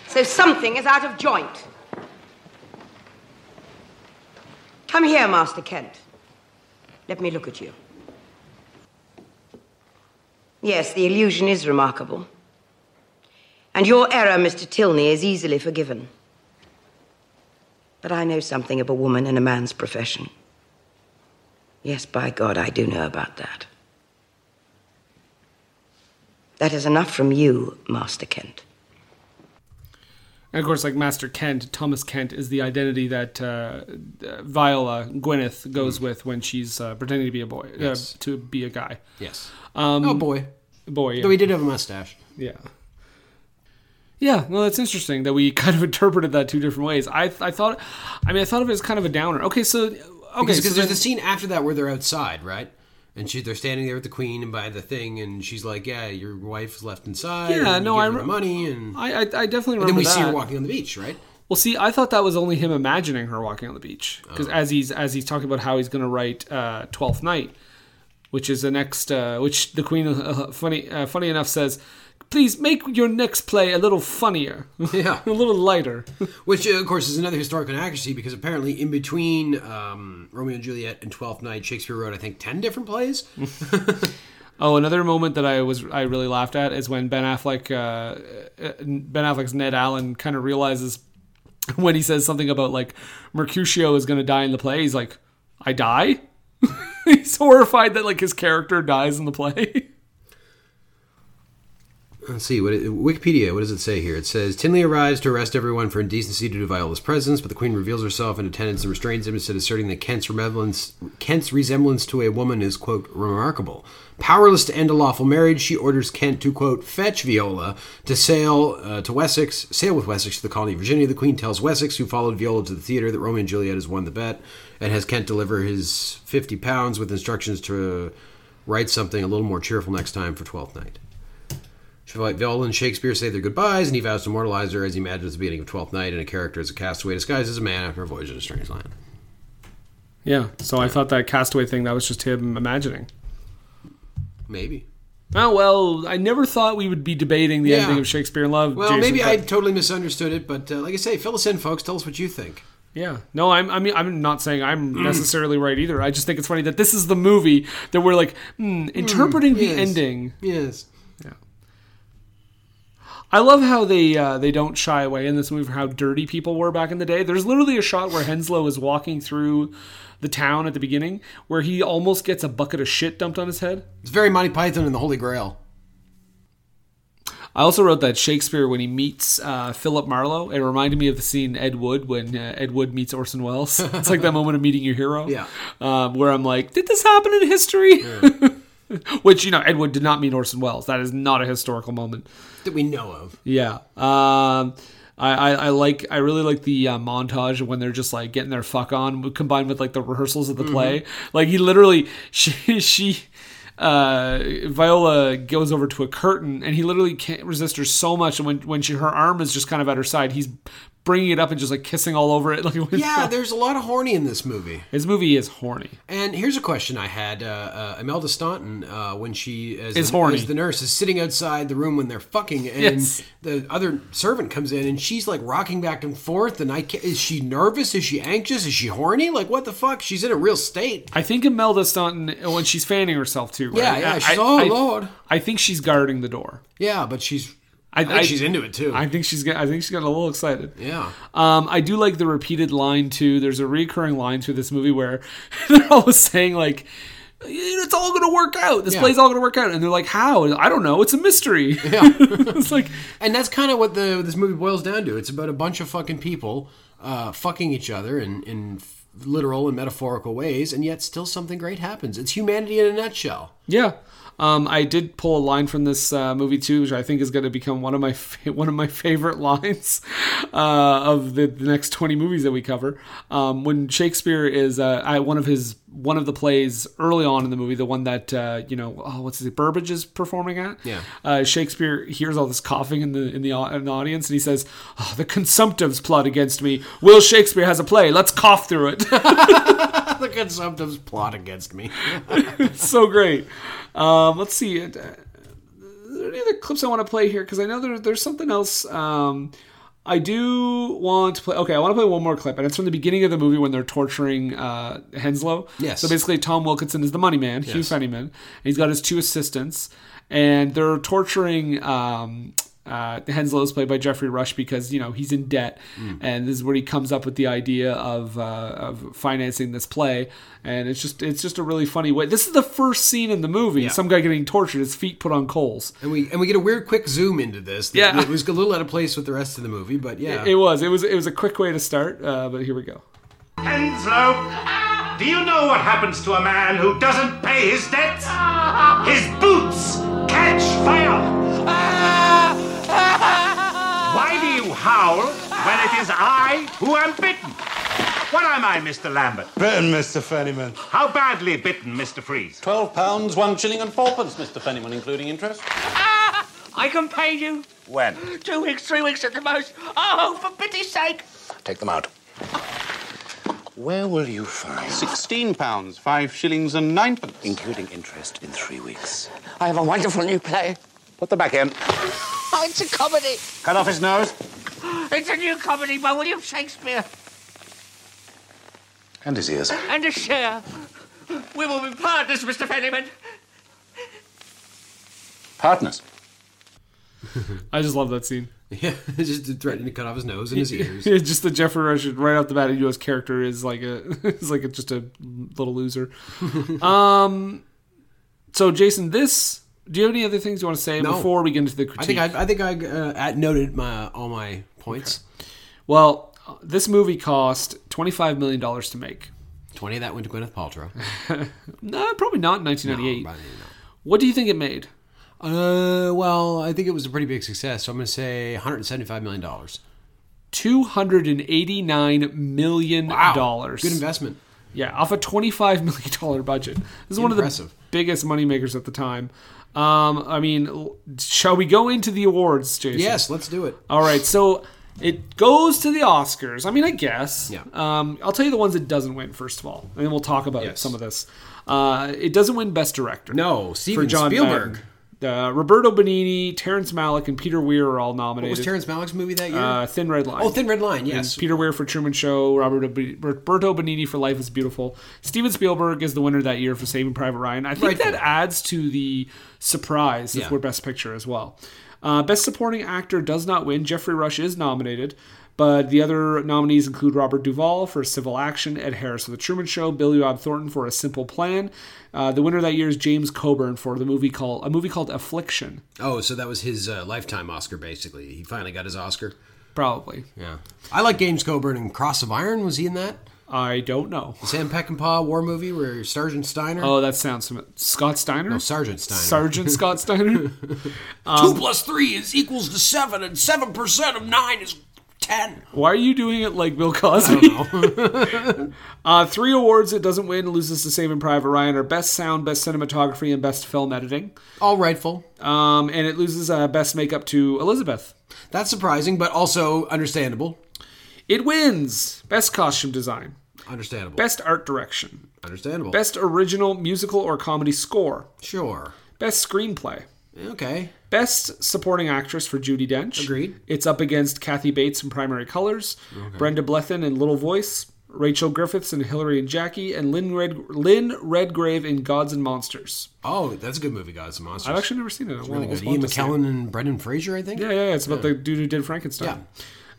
K: So something is out of joint. Come here, Master Kent. Let me look at you. Yes, the illusion is remarkable. And your error, Mr. Tilney, is easily forgiven. But I know something of a woman in a man's profession. Yes, by God, I do know about that. That is enough from you, Master Kent.
B: And of course, like Master Kent, Thomas Kent is the identity that uh, uh, Viola Gwyneth goes with when she's uh, pretending to be a boy,
A: Mm. Yes.
B: uh, to be a guy.
A: Yes.
B: Um,
A: Oh, boy.
B: boy. Yeah.
A: Though he did have a mustache.
B: Yeah. Yeah, no, that's interesting that we kind of interpreted that two different ways. I, I thought, I mean, I thought of it as kind of a downer. Okay, so okay,
A: because
B: so
A: because
B: then-
A: there's the scene after that where they're outside, right? And she, they're standing there with the queen and by the thing, and she's like, "Yeah, your wife's left inside.
B: Yeah,
A: and
B: no,
A: you
B: I
A: give her
B: re-
A: the money and
B: I, I, I definitely remember
A: And then we
B: that.
A: see her walking on the beach, right?
B: Well, see, I thought that was only him imagining her walking on the beach because as he's as he's talking about how he's going to write uh, Twelfth Night, which is the next, uh, which the Queen, uh, funny uh, funny enough, says, please make your next play a little funnier,
A: yeah,
B: a little lighter.
A: Which, uh, of course, is another historical inaccuracy because apparently, in between um, Romeo and Juliet and Twelfth Night, Shakespeare wrote, I think, ten different plays.
B: Oh, another moment that I was I really laughed at is when Ben Affleck uh, uh, Ben Affleck's Ned Allen kind of realizes when he says something about like Mercutio is going to die in the play. He's like, I die. he's horrified that like his character dies in the play.
A: Let's see what it, Wikipedia. What does it say here? It says Tinley arrives to arrest everyone for indecency due to Viola's presence, but the queen reveals herself in attendance and restrains him instead, asserting that Kent's resemblance, Kent's resemblance to a woman is quote remarkable. Powerless to end a lawful marriage, she orders Kent to quote fetch Viola to sail uh, to Wessex, sail with Wessex to the colony of Virginia. The queen tells Wessex, who followed Viola to the theater, that Romeo and Juliet has won the bet, and has Kent deliver his fifty pounds with instructions to. Uh, Write something a little more cheerful next time for Twelfth Night. Viola and Shakespeare say their goodbyes, and he vows to immortalize her as he imagines the beginning of Twelfth Night and a character as a castaway disguised as a man after a voyage in a strange land.
B: Yeah. So I thought that castaway thing that was just him imagining.
A: Maybe.
B: Oh well, I never thought we would be debating the
A: Yeah.
B: ending of Shakespeare in Love.
A: Well,
B: Jason,
A: maybe
B: but-
A: I totally misunderstood it, but uh, like I say, fill us in, folks. Tell us what you think.
B: Yeah. No, I'm. I mean, I'm not saying I'm necessarily right either. I just think it's funny that this is the movie that we're like hmm, interpreting the
A: yes.
B: ending.
A: Yes.
B: Yeah. I love how they uh, they don't shy away in this movie from how dirty people were back in the day. There's literally a shot where Henslow is walking through the town at the beginning where he almost gets a bucket of shit dumped on his head.
A: It's very Monty Python and the Holy Grail.
B: I also wrote that Shakespeare when he meets uh, Philip Marlowe. It reminded me of the scene Ed Wood when uh, Ed Wood meets Orson Welles. It's like that moment of meeting your hero.
A: Yeah.
B: Um, where I'm like, did this happen in history? Which you know, Ed Wood did not meet Orson Welles. That is not a historical moment.
A: That we know of.
B: Yeah. Um, I, I, I like I really like the uh, montage of when they're just like getting their fuck on combined with like the rehearsals of the play.
A: Mhm.
B: Like he literally she she uh Viola goes over to a curtain and he literally can't resist her so much and when when she her arm is just kind of at her side he's bringing it up and just like kissing all over it like
A: Yeah, there's a lot of horny in this movie.
B: His movie is horny.
A: And here's a question I had: uh, uh, Imelda Staunton, uh, when she as
B: Is
A: the,
B: horny.
A: as the nurse, is sitting outside the room when they're fucking, and
B: Yes.
A: the other servant comes in, and she's like rocking back and forth. And I ca is she nervous? Is she anxious? Is she horny? Like what the fuck? She's in a real state.
B: I think Imelda Staunton when she's fanning herself too. Right?
A: Yeah, yeah,
B: I-
A: she's,
B: I-
A: "Oh,
B: I-
A: Lord."
B: I think she's guarding the door.
A: Yeah, but she's. I, think she's into it too.
B: I think she's got. I think she's got a little excited.
A: Yeah.
B: Um, I do like the repeated line too. There's a recurring line through this movie where they're always saying like, "It's all going to work out. This
A: Yeah.
B: play's all going to work out," and they're like, "How? I don't know. It's a mystery." it's like,
A: and that's kind of what the this movie boils down to. It's about a bunch of fucking people uh, fucking each other and and f- literal and metaphorical ways, and yet still something great happens. It's humanity in a nutshell.
B: Yeah. Um, I did pull a line from this uh, movie too, which I think is going to become one of my fa- one of my favorite lines uh, of the, the next twenty movies that we cover. Um, when Shakespeare is uh, I, one of his one of the plays early on in the movie, the one that uh, you know, oh, what's his Burbage is performing at.
A: Yeah.
B: Uh, Shakespeare hears all this coughing in the in the, au- in the audience, and he says, oh, "The consumptives plot against me. Will Shakespeare has a play? Let's cough through it."
A: the consumptives plot against me.
B: It's so great. Um, let's see. Uh, Are there any other clips I want to play here? Because I know there, there's something else. Um, I do want to play. Okay, I want to play one more clip, and it's from the beginning of the movie when they're torturing uh, Henslow.
A: Yes.
B: So basically, Tom Wilkinson is the money man, Hugh
A: Yes.
B: Fennyman, and he's got his two assistants, and they're torturing. Um, uh, Henslow is played by Jeffrey Rush because you know he's in debt,
A: Mm.
B: and this is where he comes up with the idea of uh, of financing this play, and it's just it's just a really funny way. This is the first scene in the movie.
A: Yeah.
B: Some guy getting tortured, his feet put on coals.
A: And we and we get a weird quick zoom into this. that-
B: Yeah.
A: that was a little out of place with the rest of the movie, but yeah,
B: It, it was it was it was a quick way to start, uh, but here we go.
H: Henslow, do you know what happens to a man who doesn't pay his debts? His boots catch fire. Why do you howl when it is I who am bitten? What am I, Mr. Lambert?
L: Bitten, Mr. Fennyman.
H: How badly bitten, Mr. Freeze?
L: Twelve pounds, one shilling, and fourpence, Mr. Fennyman, including interest.
C: Ah, I can pay you
L: When?
C: two weeks, three weeks at the most. Oh, for pity's sake!
L: Take them out. Where will you find? Sixteen pounds, five shillings, and ninepence. Including interest in three weeks.
G: I have a wonderful new play.
L: Put them back in.
C: Oh, it's a comedy.
L: Cut off his nose.
C: It's a new comedy by William Shakespeare
L: And his ears.
C: and a share. We will be partners, Mr. Fenniman.
L: Partners.
B: I just love that scene.
A: Yeah, just threatening to cut off his nose and his ears.
B: It's just the Jeffrey Rush right off the bat. You know his character is like a is like a, just a little loser. um, so Jason, this do you have any other things you want to say
A: No.
B: before we get into the critique?
A: I think I, I think I uh, at noted my all my points.
B: Well, this movie cost twenty five million dollars to make.
A: Twenty of that went to Gwyneth Paltrow.
B: no, probably not in nineteen ninety eight. What do you think it made?
A: Uh, well, I think it was a pretty big success. So I'm going to say 175 million dollars.
B: Two hundred and eighty nine million dollars.
A: Good investment.
B: Yeah, off a twenty-five million dollar budget. This is one of
A: Impressive.
B: the biggest moneymakers at the time. Um, I mean, l- shall we go into the awards, Jason?
A: Yes, let's do it.
B: All right, so it goes to the Oscars. I mean, I guess. Yeah. Um, I'll tell you the ones it doesn't win first of all, and then we'll talk about some of this. Uh, it doesn't win Best Director.
A: No,
B: for
A: Steven
B: John
A: Spielberg.
B: Madden. Uh, Roberto Benigni, Terrence Malick, and Peter Weir are all
A: What
B: nominated.
A: was Terrence Malick's movie that year?
B: Uh, Thin Red Line.
A: Oh, Thin Red Line,
B: And
A: yes.
B: Peter Weir for Truman Show, Robert Ab- Roberto Benigni for Life is Beautiful. Steven Spielberg is the winner that year for Saving Private Ryan. I think
A: Rightful.
B: that adds to the surprise
A: Yeah.
B: for Best Picture as well. Uh, Best Supporting Actor does not win. Jeffrey Rush is nominated. But the other nominees include Robert Duvall for Civil Action, Ed Harris for The Truman Show, Billy Bob Thornton for A Simple Plan. Uh, the winner that year is James Coburn for the movie called a movie called Affliction.
A: Oh, so that was his uh, lifetime Oscar, basically. He finally got his Oscar.
B: Probably.
A: Yeah. I like James Coburn in Cross of Iron. Was he in that?
B: I don't know.
A: The Sam Peckinpah war movie where Sergeant Steiner.
B: Oh, that sounds familiar. Scott Steiner?
A: No, Sergeant Steiner.
B: Sergeant Scott Steiner?
A: Two
B: Um,
A: plus three is equals to seven, and seven percent of nine is ten.
B: why are you doing it like Bill Cosby? uh, three awards it doesn't win, loses to Saving Private Ryan are Best Sound, Best Cinematography, and Best Film Editing.
A: All rightful.
B: Um, and it loses uh, Best Makeup to Elizabeth.
A: That's surprising, but also understandable.
B: It wins Best Costume Design,
A: Understandable.
B: Best Art Direction,
A: Understandable.
B: Best Original Musical or Comedy Score,
A: Sure.
B: Best Screenplay.
A: Okay.
B: Best Supporting Actress for Judy Dench.
A: Agreed.
B: It's up against Kathy Bates in Primary Colors,
A: Okay.
B: Brenda Blethyn in Little Voice, Rachel Griffiths in Hillary and Jackie, and Lynn, Red- Lynn Redgrave in Gods and Monsters.
A: Oh, that's a good movie, Gods and Monsters.
B: I've actually never seen it. I
A: It's
B: wanna-
A: really good.
B: I want
A: Ian
B: to see it.
A: McKellen and Brendan Fraser, I think.
B: Yeah, yeah, yeah. It's about
A: Yeah.
B: the dude who did Frankenstein.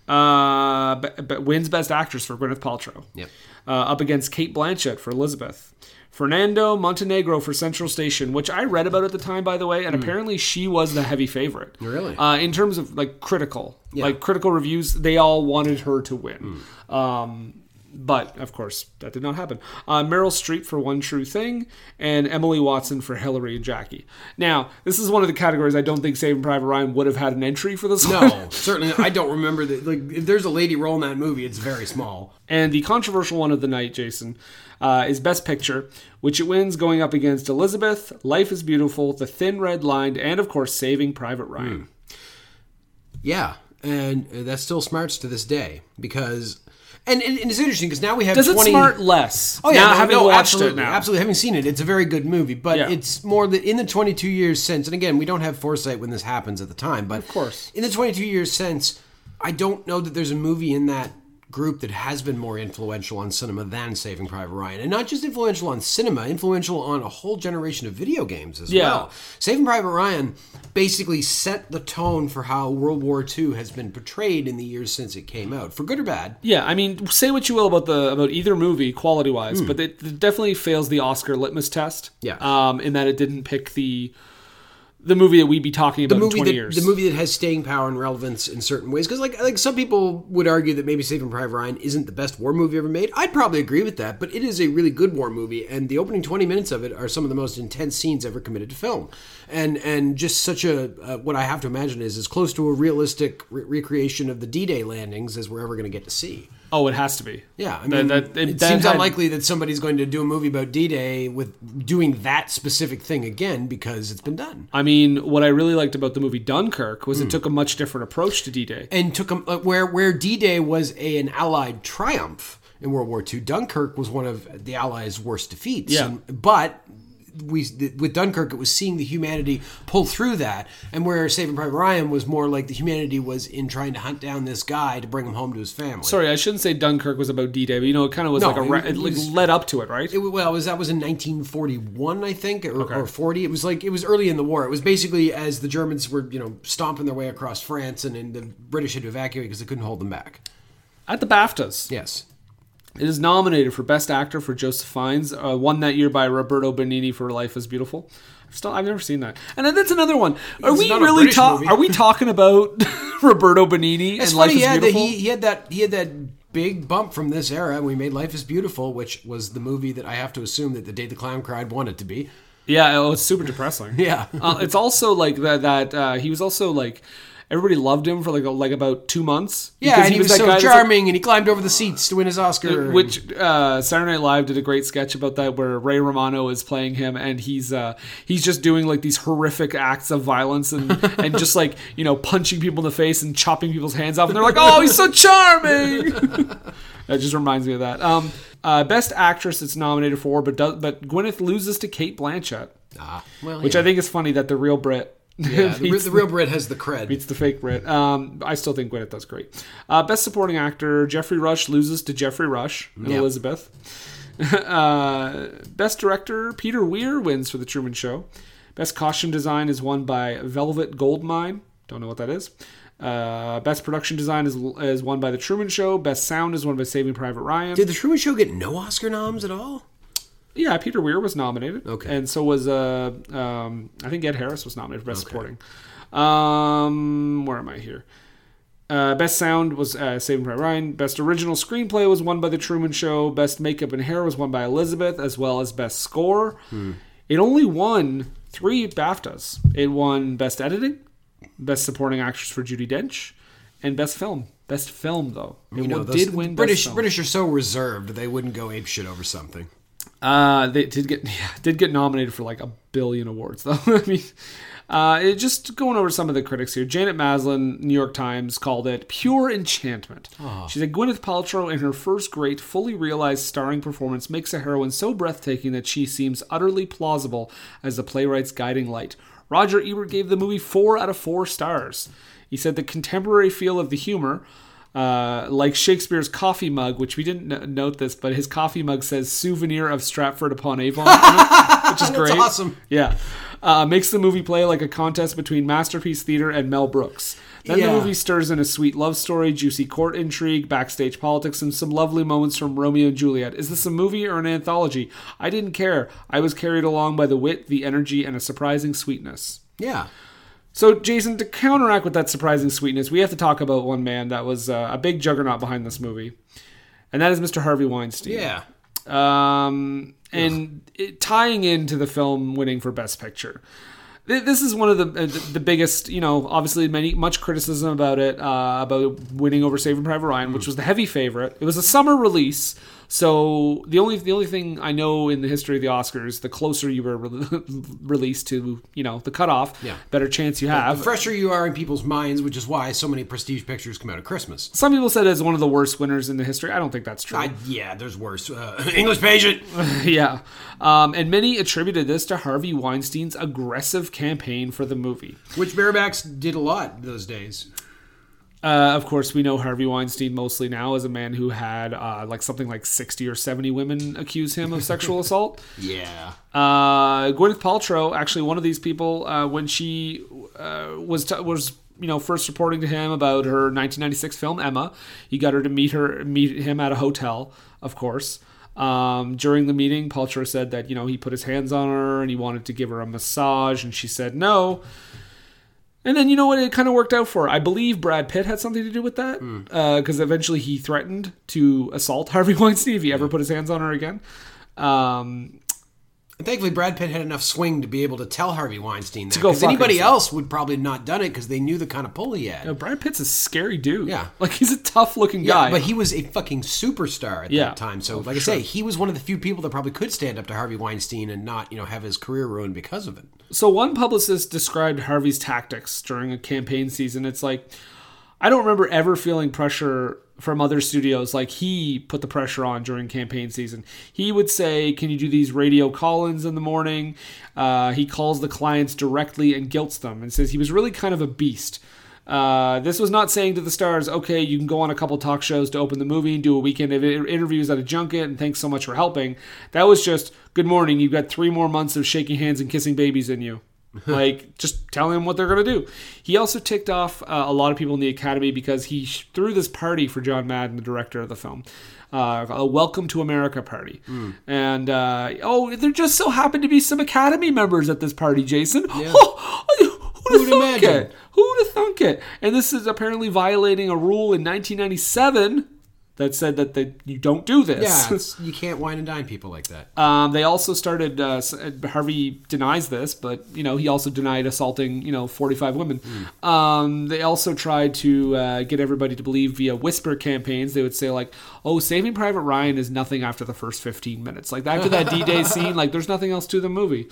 B: Uh, but, but wins Best Actress for Gwyneth Paltrow.
A: Yep.
B: Uh, up against Kate Blanchett for Elizabeth. Fernando Montenegro for Central Station, which I read about at the time, by the way, and apparently she was the heavy favorite.
A: Hmm. Really?
B: Uh, in terms of like critical,
A: Yeah. Hmm.
B: like critical reviews, they all wanted her to win. Um, But, of course, that did not happen. Uh, Meryl Streep for One True Thing, and Emily Watson for Hillary and Jackie. Now, this is one of the categories I don't think Saving Private Ryan would have had an entry for this one.
A: No, certainly I don't remember that. Like, if there's a lady role in that movie, it's very small.
B: And the controversial one of the night, Jason, uh, is Best Picture, which it wins going up against Elizabeth, Life is Beautiful, The Thin Red Line, and of course Saving Private
A: Hmm.
B: Ryan.
A: Yeah, and uh, that still smarts to this day because, and, and, and it's interesting because now we have
B: Does it
A: 20
B: smart less?
A: Oh yeah,
B: Now
A: no,
B: having
A: no,
B: watched it
A: absolutely,
B: now.
A: absolutely. Having seen it, it's a very good movie, but it's more that in the 22 years since, and again, we don't have foresight when this happens at the time, but of course, in the 22 years since, I don't know that there's a movie in that group that has been more influential on cinema than Saving Private Ryan, and not just influential on cinema, influential on a whole generation of video games as
B: Yeah.
A: well. Saving Private Ryan basically set the tone for how World War II has been portrayed in the years since it came out, for good or bad.
B: Yeah, I mean, say what you will about the about either movie quality wise,
A: Hmm.
B: but it, it definitely fails the Oscar litmus test.
A: Yeah.
B: um, in that it didn't pick the the movie that we'd be talking about
A: the
B: in
A: movie
B: twenty
A: that,
B: years.
A: the movie that has staying power and relevance in certain ways because like like some people would argue that maybe Saving Private Ryan isn't the best war movie ever made I'd probably agree with that but it is a really good war movie and the opening 20 minutes of it are some of the most intense scenes ever committed to film and and just such a uh, what I have to imagine is as close to a realistic re- recreation of the D-Day landings as we're ever going to get to see
B: oh, it has to be.
A: yeah, I
B: That-
A: mean,
B: that-
A: it,
B: that
A: seems
B: had-
A: unlikely that somebody's going to do a movie about D-Day with doing that specific thing again because it's been done.
B: I mean, what I really liked about the movie Dunkirk was
A: Hmm.
B: it took a much different approach to D Day.
A: and took them uh, where where D-Day was a, an Allied triumph in World War II. Dunkirk was one of the Allies' worst defeats.
B: Yeah.
A: And- but we with Dunkirk, it was seeing the humanity pull through that, and where Saving Private Ryan was more like the humanity was in trying to hunt down this guy to bring him home to his family.
B: Sorry, I shouldn't say Dunkirk was about D Day, but you know, it kind of was
A: No,
B: like a
A: it-
B: ra-
A: it
B: it, like,
A: was-
B: led up to it, right?
A: It, well, it was that was in 1941, I think, or, or 40. It was like it was early in the war. It was basically as the Germans were, you know, stomping their way across France, and, and the British had to evacuate because they couldn't hold them back.
B: At the BAFTAs.
A: Yes.
B: It is nominated for Best Actor for Joseph Fiennes, uh, won that year by Roberto Benigni for Life Is Beautiful. I've still I've never seen that, and then that's another one. Are
A: It's
B: we
A: not a
B: really
A: British movie.
B: talking? Are we talking about Roberto Benigni
A: It's
B: and
A: funny,
B: Life Is
A: yeah, that
B: Beautiful?
A: he, he had that he had that big bump from this era, and we made Life Is Beautiful, which was the movie that I have to assume that the day the clown cried wanted to be.
B: Yeah, oh, it's super depressing.
A: Yeah.
B: uh, it's also like that. That uh, he was also like everybody loved him for like a- like about two months.
A: Yeah,
B: because
A: and he was,
B: that guy
A: so
B: that's like-
A: charming, and he climbed over the seats to win his Oscar. and-
B: Which uh, Saturday Night Live did a great sketch about that, where Ray Romano is playing him, and he's uh, he's just doing like these horrific acts of violence and and just like you know punching people in the face and chopping people's hands off, and they're like, oh, he's so charming. that just reminds me of that. Um, uh, best actress it's nominated for, but does, but Gwyneth loses to Kate Blanchett,
A: ah, well,
B: which
A: yeah.
B: I think is funny that the real Brit.
A: Yeah, the, re-
B: beats
A: the real Brit has the cred.
B: Beats the fake Brit. Um, I still think Gwyneth does great. Uh, best supporting actor, Jeffrey Rush loses to Jeffrey Rush and
A: Yeah.
B: Elizabeth. uh, best director, Peter Weir wins for The Truman Show. Best costume design is won by Velvet Goldmine. Don't know what that is. Uh, best production design is is won by The Truman Show. Best sound is won by Saving Private Ryan.
A: Did the Truman Show get no Oscar noms at all?
B: Yeah, Peter Weir was nominated. Okay. And so was uh um I think Ed Harris was nominated for best supporting. Um where am I here? Uh, best sound was uh, Saving Private Ryan. Best original screenplay was won by The Truman Show. Best makeup and hair was won by Elizabeth, as well as best score.
A: Hmm.
B: It only won three BAFTAs. It won best editing, best supporting actress for Judy Dench, and best film. Best film though. It
A: You know,
B: won-
A: those,
B: did win
A: British
B: best film.
A: British are so reserved they wouldn't go ape shit over something.
B: Uh, they did get yeah, did get nominated for like a billion awards though. I mean, uh, it, just going over some of the critics here. Janet Maslin, New York Times, called it pure enchantment. She said Gwyneth Paltrow in her first great, fully realized starring performance makes a heroine so breathtaking that she seems utterly plausible as the playwright's guiding light. Roger Ebert gave the movie four out of four stars. He said the contemporary feel of the humor, uh, like Shakespeare's coffee mug, which we didn't n- note this, but his coffee mug says "souvenir of Stratford upon Avon," which is
A: That's
B: great.
A: awesome.
B: Yeah, uh, makes the movie play like a contest between masterpiece theater and Mel Brooks. Then
A: Yeah.
B: the movie stirs in a sweet love story, juicy court intrigue, backstage politics, and some lovely moments from Romeo and Juliet. Is this a movie or an anthology? I didn't care. I was carried along by the wit, the energy, and a surprising sweetness.
A: Yeah.
B: So, Jason, to counteract with that surprising sweetness, we have to talk about one man that was uh, a big juggernaut behind this movie. and that is Mr. Harvey Weinstein.
A: Yeah.
B: Um, and it, tying into the film winning for Best Picture. Th- This is one of the uh, the- the biggest, you know, obviously many much criticism about it uh, about winning over Saving Private Ryan,
A: Hmm.
B: which was the heavy favorite. It was a summer release, so the only the only thing I know in the history of the Oscars, the closer you were re- released to, you know, the cutoff,
A: Yeah.
B: better chance you
A: The
B: have.
A: fresher you are in people's minds, which is why so many prestige pictures come out at Christmas.
B: Some people said it's one of the worst winners in the history. I don't think that's true.
A: I, yeah, there's worse. Uh, English patient.
B: yeah. Um, and many attributed this to Harvey Weinstein's aggressive campaign for the movie.
A: Which Barebacks did a lot those days.
B: Uh, of course, we know Harvey Weinstein mostly now as a man who had uh, like something like 60 or 70 women accuse him of sexual assault.
A: Yeah.
B: Uh, Gwyneth Paltrow, actually one of these people, uh, when she uh, was t- was you know first reporting to him about her 1996 film Emma, he got her to meet her meet him at a hotel, of course. Um, during the meeting, Paltrow said that you know he put his hands on her and he wanted to give her a massage, and she said no. And then you know what? It kind of worked out for. her. I believe Brad Pitt had something to do with that because eventually he threatened to assault Harvey Weinstein if he ever put his hands on her again. Um,
A: And thankfully, Brad Pitt had enough swing to be able to tell Harvey Weinstein that.
B: To go
A: Because
B: fuck
A: anybody
B: himself. Oh,
A: else would probably have not done it because they knew the kind of pull he had.
B: No, Brad Pitt's a scary dude.
A: Yeah.
B: Like he's a tough looking
A: Yeah,
B: guy.
A: but he was a fucking superstar at
B: Yeah.
A: that time. So,
B: Oh,
A: like I
B: for
A: say,
B: sure.
A: he was one of the few people that probably could stand up to Harvey Weinstein and not, you know, have his career ruined because of it.
B: So one publicist described Harvey's tactics during a campaign season. It's like I don't remember ever feeling pressure from other studios like he put the pressure on during campaign season. He would say, "Can you do these radio call-ins in the morning?" Uh, he calls the clients directly and guilts them and says he was really kind of a beast. Uh, this was not saying to the stars, okay, you can go on a couple talk shows to open the movie and do a weekend of inter- interviews at a junket, and thanks so much for helping. That was just, good morning, you've got three more months of shaking hands and kissing babies in you. like, just telling them what they're going to do. He also ticked off uh, a lot of people in the Academy because he sh- threw this party for John Madden, the director of the film, uh, a Welcome to America party. And, uh, oh, there just so happened to be some Academy members at this party, Jason. Who'd have thunk it? Who'd have thunk it? And this is apparently violating a rule in 1997 that said that the, you don't do this.
A: Yeah, it's- you can't wine and dine people like that.
B: Um, they also started. Uh, s- uh, Harvey denies this, but you know he also denied assaulting you know 45 women. Um, they also tried to uh, get everybody to believe via whisper campaigns. They would say like, "Oh, Saving Private Ryan is nothing after the first 15 minutes. Like after that D-Day scene, like there's nothing else to the movie."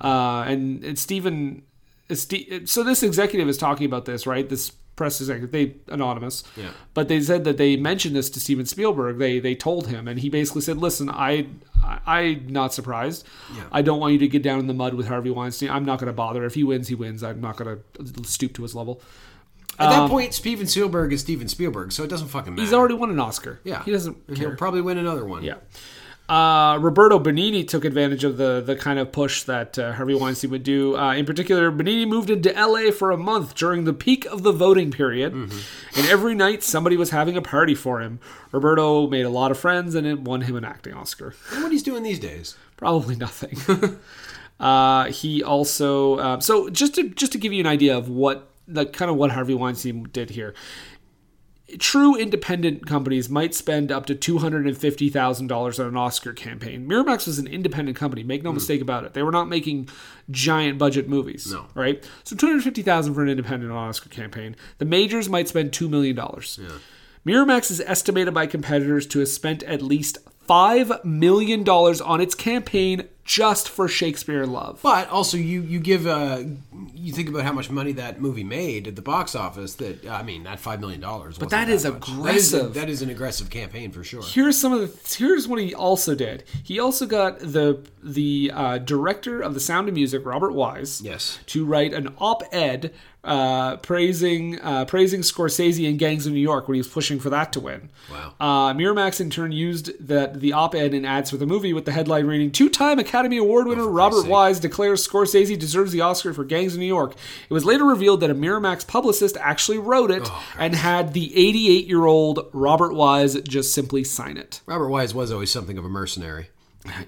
B: Uh, and it's Stephen. It's Ste- so this executive is talking about this, right? This press executive, they anonymous.
A: Yeah.
B: But they said that they mentioned this to Steven Spielberg. They they told him, and he basically said, "Listen, I, I I'm not surprised.
A: Yeah.
B: I don't want you to get down in the mud with Harvey Weinstein. I'm not going to bother. If he wins, he wins. I'm not going to stoop to his level."
A: At that
B: Um,
A: point, Steven Spielberg is Steven Spielberg, so it doesn't fucking matter.
B: he's already won an Oscar.
A: Yeah.
B: he doesn't.
A: And
B: Care.
A: He'll probably win another one.
B: Yeah. Uh, Roberto Benini took advantage of the the kind of push that uh, Harvey Weinstein would do. Uh, in particular, Benini moved into LA for a month during the peak of the voting period, and every night somebody was having a party for him. Roberto made a lot of friends, and it won him an acting Oscar.
A: And what he's doing these days?
B: Probably nothing. uh, he also um, so just to just to give you an idea of what the kind of what Harvey Weinstein did here. True independent companies might spend up to two hundred and fifty thousand dollars on an Oscar campaign. Miramax was an independent company. Make no mistake about it. They were not making giant budget movies.
A: No.
B: right? So two hundred fifty thousand for an independent Oscar campaign. The majors might spend two million dollars. Miramax is estimated by competitors to have spent at least $5 million on its campaign just for Shakespeare in Love.
A: But also, you you give uh, you think about how much money that movie made at the box office. That I mean, that five million dollars.
B: But that is aggressive.
A: That is, an aggressive campaign for sure.
B: Here's some of the. Here's what he also did. He also got the the uh, director of the Sound of Music, Robert Wise,
A: yes,
B: to write an op-ed uh, praising uh, praising Scorsese and Gangs of New York when he was pushing for that to win.
A: Wow.
B: Uh, Miramax in turn used that the op-ed in ads for the movie with the headline reading: "Two-time Academy Award
A: Oh,
B: winner Robert Wise declares Scorsese deserves the Oscar for Gangs of New York." It was later revealed that a Miramax publicist actually wrote
A: Oh,
B: it and had the 88-year-old Robert Wise just simply sign it.
A: Robert Wise was always something of a mercenary.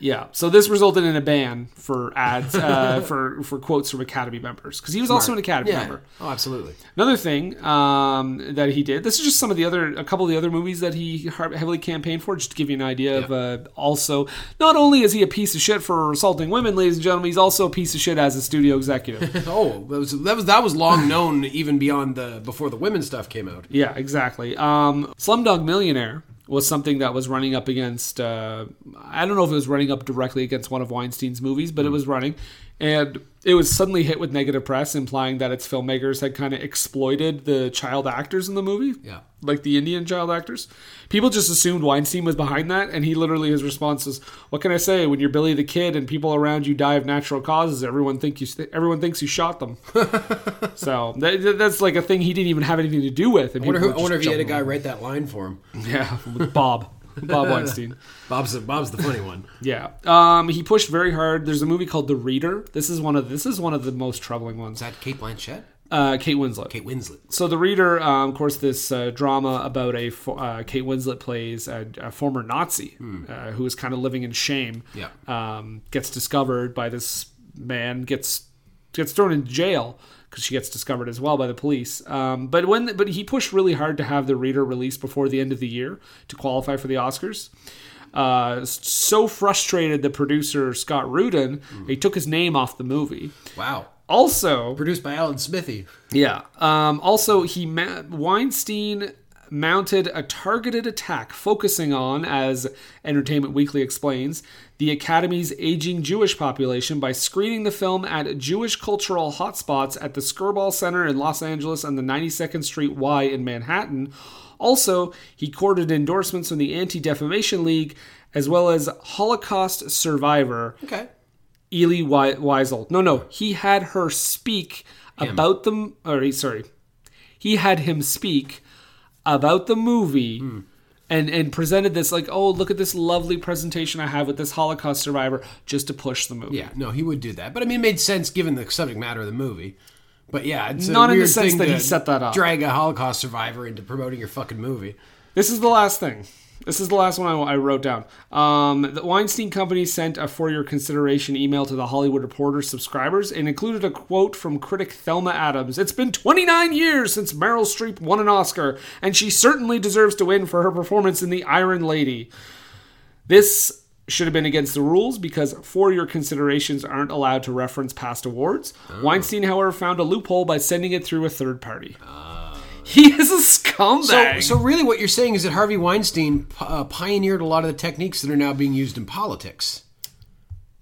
B: Yeah. So this resulted in a ban for ads uh, for for quotes from Academy members because he was also an
A: Smart.
B: Academy
A: Yeah.
B: member.
A: Oh, absolutely.
B: Another thing um, that he did. This is just some of the other, a couple of the other movies that he har- heavily campaigned for. Just to give you an idea of. Uh, also, not only is he a piece of shit for assaulting women, ladies and gentlemen, he's also a piece of shit as a studio executive.
A: oh, that was, that was that was long known even beyond the before the women stuff came out.
B: Yeah, exactly. Um, Slumdog Millionaire was something that was running up against. Uh, I don't know if it was running up directly against one of Weinstein's movies, but it was running, and it was suddenly hit with negative press, implying that its filmmakers had kind of exploited the child actors in the movie.
A: Yeah.
B: Like the Indian child actors, people just assumed Weinstein was behind that, and he literally his response was, "What can I say? When you're Billy the Kid and people around you die of natural causes, everyone think you everyone thinks you shot them." so that, that's like a thing he didn't even have anything to do with.
A: I
B: and
A: wonder,
B: people
A: who,
B: were
A: I wonder if he
B: just
A: had a
B: jumping
A: guy write that line for him.
B: yeah, with Bob. Bob Weinstein.
A: Bob's the, Bob's the funny one.
B: Yeah, um, he pushed very hard. There's a movie called The Reader. This is one of this is one of the most troubling ones. Is
A: that Kate Blanchett?
B: Uh, Kate Winslet. Kate
A: Winslet.
B: So The Reader, um, of course, this uh, drama about a fo- uh, Kate Winslet plays a, a former Nazi uh, who is kind of living in shame.
A: Yeah.
B: um, gets discovered by this man. gets gets thrown in jail because she gets discovered as well by the police. Um, but when but he pushed really hard to have the reader released before the end of the year to qualify for the Oscars. Uh, s- so frustrated, the producer Scott Rudin, he took his name off the movie.
A: Wow.
B: Also
A: produced by Alan Smithy.
B: Yeah. Um, also, he ma- Weinstein mounted a targeted attack focusing on, as Entertainment Weekly explains, the Academy's aging Jewish population by screening the film at Jewish cultural hotspots at the Skirball Center in Los Angeles and the 92nd Street Y in Manhattan. Also, he courted endorsements from the Anti Defamation League as well as Holocaust survivor
A: Okay.
B: Ely Wei- Weisel. No, no, he had her speak
A: Him.
B: about the or he- sorry, he had him speak about the movie.
A: Hmm.
B: And, and presented this like oh look at this lovely presentation I have with this Holocaust survivor just to push the movie
A: Yeah, no, he would do that. But I mean, it made sense given the subject matter of the movie. But yeah, it's a
B: Not in the
A: weird
B: sense
A: thing
B: that
A: to
B: he set that up.
A: Drag a Holocaust survivor into promoting your fucking movie.
B: This is the last thing. This is the last one I, I wrote down. Um, the Weinstein Company sent a for your consideration email to the Hollywood Reporter subscribers and included a quote from critic Thelma Adams. It's been 29 years since Meryl Streep won an Oscar, and she certainly deserves to win for her performance in The Iron Lady. This should have been against the rules because for your considerations aren't allowed to reference past awards. Weinstein, however, found a loophole by sending it through a third party. He is a
A: So,
B: scumbag.
A: so really, what you're saying is that Harvey Weinstein uh, pioneered a lot of the techniques that are now being used in politics.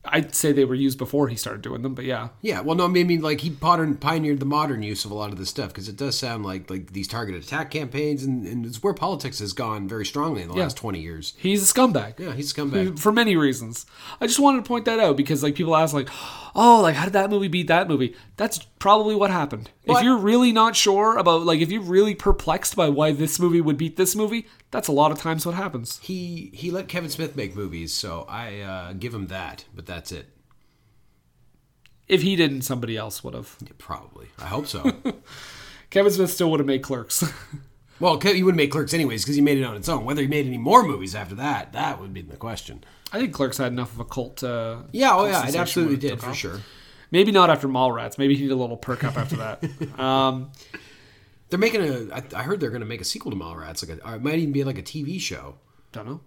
B: I'd say they were used before he started doing them, but yeah.
A: Yeah, well, no, I mean, like he modern, pioneered the modern use of a lot of this stuff because it does sound like like these targeted attack campaigns, and, and it's where politics has gone very strongly in the
B: Yeah.
A: last twenty years.
B: He's a scumbag.
A: Yeah, he's a scumbag.
B: For many reasons. I just wanted to point that out because like people ask like, "Oh, like how did that movie beat that movie?" That's probably what happened. If
A: What?
B: you're really not sure about like if you're really perplexed by why this movie would beat this movie, that's a lot of times what happens.
A: He he let Kevin Smith make movies, so I uh, give him that, but that's it.
B: If he didn't, somebody else would have.
A: probably. I hope so.
B: Kevin Smith still would have made Clerks.
A: well, Ke- he wouldn't make Clerks anyways because he made it on its own. Whether he made any more movies after that, that would be the question.
B: I think Clerks had enough of a cult. Uh,
A: Yeah, oh
B: cult
A: yeah, it
B: sensation
A: absolutely
B: when
A: did
B: took
A: for
B: off.
A: sure.
B: "Oh, Maybe not after Mallrats. Maybe he needed a little perk up after that. Um,
A: they're making a. I, I heard they're going to make a sequel to Mallrats. Like, a, or it might even be like a TV show.
B: Don't know.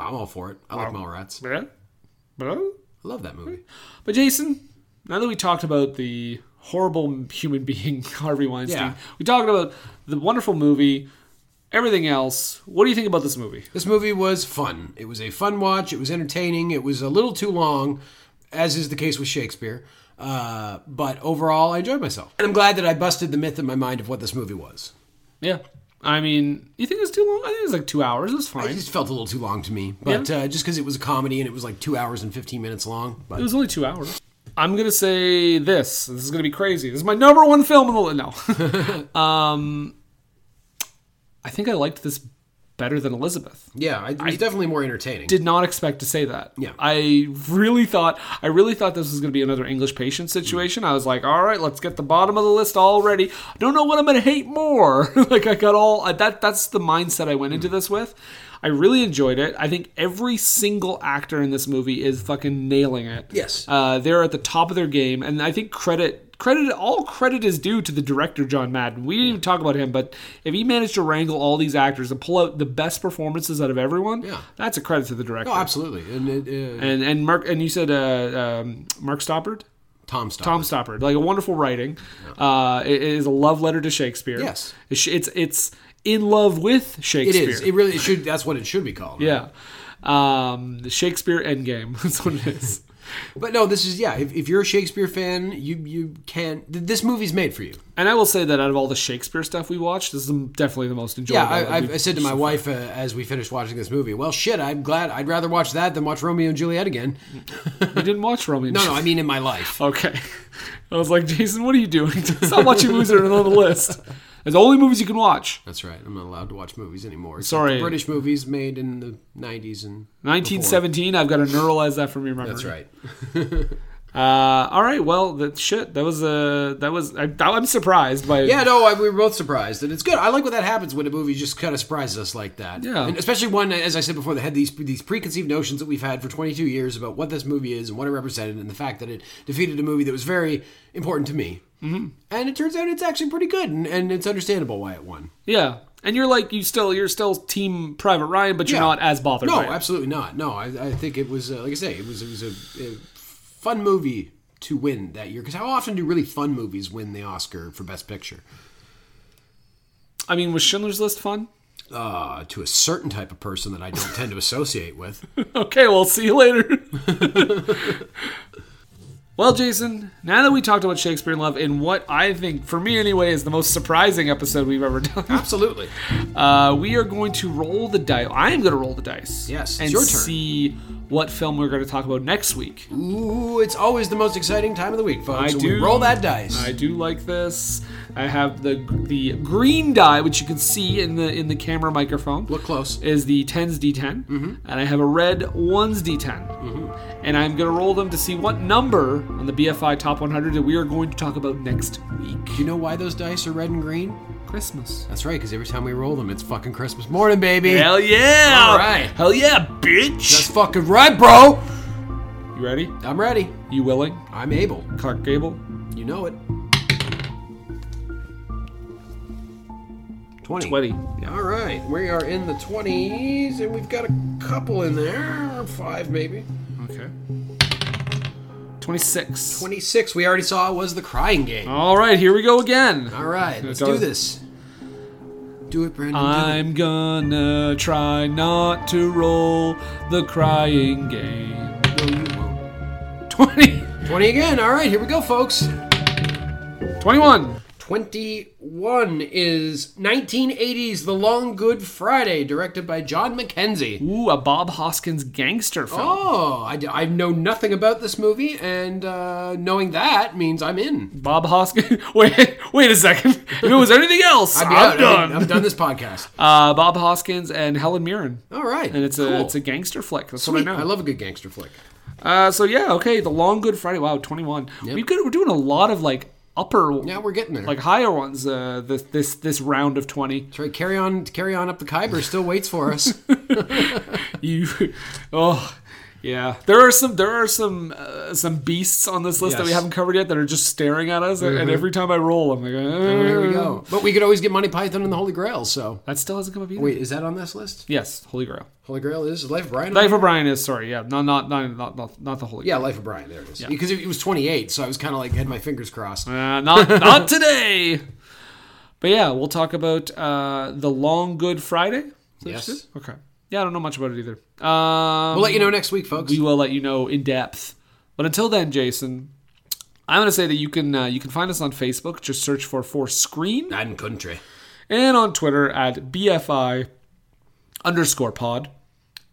A: I'm all for it. I like Mallrats.
B: Yeah. I
A: love that movie.
B: But Jason, now that we talked about the horrible human being Harvey Weinstein,
A: Yeah.
B: we talked about the wonderful movie, everything else. What do you think about this movie?
A: This movie was fun. It was a fun watch. It was entertaining. It was a little too long, as is the case with Shakespeare. Uh, but overall, I enjoyed myself, and I'm glad that I busted the myth in my mind of what this movie was.
B: Yeah. I mean, you think it was too long? I think it was like two hours. It was fine.
A: It just felt a little too long to me, but uh, just because it was a comedy and it was like two hours and fifteen minutes long. But
B: It was only two hours. I'm gonna say this. This is gonna be crazy. This is my number one film in the li- no. um, I think I liked this better than Elizabeth.
A: yeah, I, it was
B: I
A: definitely more entertaining.
B: Did not expect to say that.
A: Yeah.
B: I really thought I really thought this was gonna be another English patient situation. I was like, all right, let's get the bottom of the list already.
A: Mm.
B: I don't know what I'm gonna hate more. like I got all I, that. That's the mindset I went into this with. I really enjoyed it. I think every single actor in this movie is fucking nailing it.
A: Yes.
B: Uh, they're at the top of their game, and I think credit credit all credit is due to the director John Madden. We didn't even talk about him, but if he managed to wrangle all these actors and pull out the best performances out of everyone, yeah. that's a credit to the director.
A: No, Oh, absolutely. And it, uh,
B: And and Mark and you said uh, um, Mark Stoppard.
A: Tom
B: Stoppard. Tom Stoppard, like a wonderful writing. Uh, it it is a love letter to Shakespeare.
A: Yes.
B: it's it's, it's in love with
A: it
B: Shakespeare.
A: is. It really it should. That's what it should be called.
B: Yeah. Um, the Shakespeare Endgame. That's what it is.
A: But no, this is yeah. If, if you're a Shakespeare fan, you you can. th- This movie's made for you.
B: And I will say that out of all the Shakespeare stuff we watched, this is definitely the most enjoyable.
A: yeah, I, I, I said to my wife uh, as we finished watching this movie, "Well, shit, I'm glad. I'd rather watch that than watch Romeo and Juliet again."
B: you didn't watch Romeo. and
A: No, no, I mean in my life.
B: Okay. I was like, Jason, what are you doing? Stop watching movies that are on the list. It's the only movies you can watch.
A: That's right. I'm not allowed to watch movies anymore. except
B: Sorry.
A: British movies made in the '90s and
B: 1917. I've got to neuralize that from your memory.
A: That's right.
B: Uh, all right. Well, that shit. That was uh, that was. I, I'm surprised by.
A: Yeah, no, I, we were both surprised, and it's good. I like when that happens when a movie just kind of surprises us like that.
B: Yeah.
A: and especially one, as I said before, that had these these preconceived notions that we've had for 22 years about what this movie is and what it represented, and the fact that it defeated a movie that was very important to me. Mm-hmm. And it turns out it's actually pretty good, and, and it's understandable why it won.
B: Yeah. And you're like you still you're still Team Private Ryan, but you're
A: Yeah.
B: not as bothered.
A: No,
B: by it.
A: absolutely not. No, I, I think it was uh, like I say, it was it was a, a fun movie to win that year. Because how often do really fun movies win the Oscar for Best Picture?
B: I mean, was Schindler's List fun?
A: Uh, to a certain type of person that I don't tend to associate with.
B: okay, well, see you later. well, Jason, now that we talked about Shakespeare in Love in what I think, for me anyway, is the most surprising episode we've ever done.
A: Absolutely.
B: Uh, we are going to roll the dice. I am going to roll the dice.
A: Yes, it's
B: and
A: your turn.
B: see what film we're going to talk about next week.
A: Ooh, it's always the most exciting time of the week, folks.
B: I
A: when
B: do
A: we roll that dice.
B: I do like this. I have the the green die, which you can see in the in the camera microphone.
A: Look close. Mm-hmm.
B: Is the tens d10, and I have a red ones d10, and I'm gonna roll them to see what number on the BFI Top 100 that we are going to talk about next week.
A: Do you know why those dice are red and green?
B: Christmas.
A: That's right, because every time we roll them, it's fucking Christmas morning, baby.
B: Hell yeah!
A: All right.
B: Hell yeah, bitch!
A: That's fucking right, bro.
B: You ready?
A: I'm ready.
B: You willing?
A: I'm able.
B: Clark Gable.
A: You know it. 20.
B: 20.
A: All right, we are in the 20s, and we've got a couple in there. Five, maybe.
B: Okay. 26.
A: 26, we already saw was the crying game.
B: All right, here we go again.
A: All right, let's
B: Don't-
A: do this. Do it, Brandon. do it.
B: I'm gonna try not to roll the crying game.
A: No, Oh, you won't.
B: 20.
A: 20 again. All right, here we go, folks.
B: 21.
A: 21 is 1980s The Long Good Friday, directed by John McKenzie.
B: Ooh, a Bob Hoskins gangster film.
A: Oh, I, d- I know nothing about this movie, and uh, knowing that means I'm in.
B: Bob Hoskins. wait, wait a second. If it was anything else, I'm,
A: I'm, out.
B: done.
A: I'm done this podcast.
B: Uh, Bob Hoskins and Helen Mirren.
A: All right.
B: And it's a
A: cool.
B: it's a gangster flick. That's
A: Sweet.
B: what I know.
A: love a good gangster flick.
B: uh, so yeah, okay. The Long Good Friday. Wow, twenty one. We could, we're doing a lot of like upper,
A: Yeah, we're getting there.
B: like higher ones. Uh, this this this round of twenty.
A: That's right. Carry on, carry on up the Khyber still waits for us.
B: You, oh, yeah. There are some. There are some. Uh, some beasts on this list that we
A: Yes.
B: haven't covered yet that are just staring at us. And
A: Mhm.
B: every time I roll, I'm like,
A: there Oh, we
B: "Uh."
A: go. But we could always get Monty Python and the Holy Grail. So
B: That still hasn't come up either.
A: wait, is that on this list?
B: Yes, Holy Grail.
A: Holy Grail is Life of Brian.
B: Life of Brian is sorry. Yeah, not not not not not, not the Holy.
A: Yeah,
B: Grail.
A: Life of Brian. There it is.
B: Yeah.
A: Because it it was 28, so I was kind of like had my fingers crossed.
B: Uh, not not today. But yeah, we'll talk about uh, the Long Good Friday. Is that
A: Yes.
B: what you said? Okay. Yeah, I don't know much about it either. Um,
A: We'll let you know next week, folks.
B: We will let you know in depth. But until then, Jason, I'm going to say that you can uh, you can find us on Facebook. Just search for For Screen
A: and country,
B: and on Twitter at BFI underscore Pod.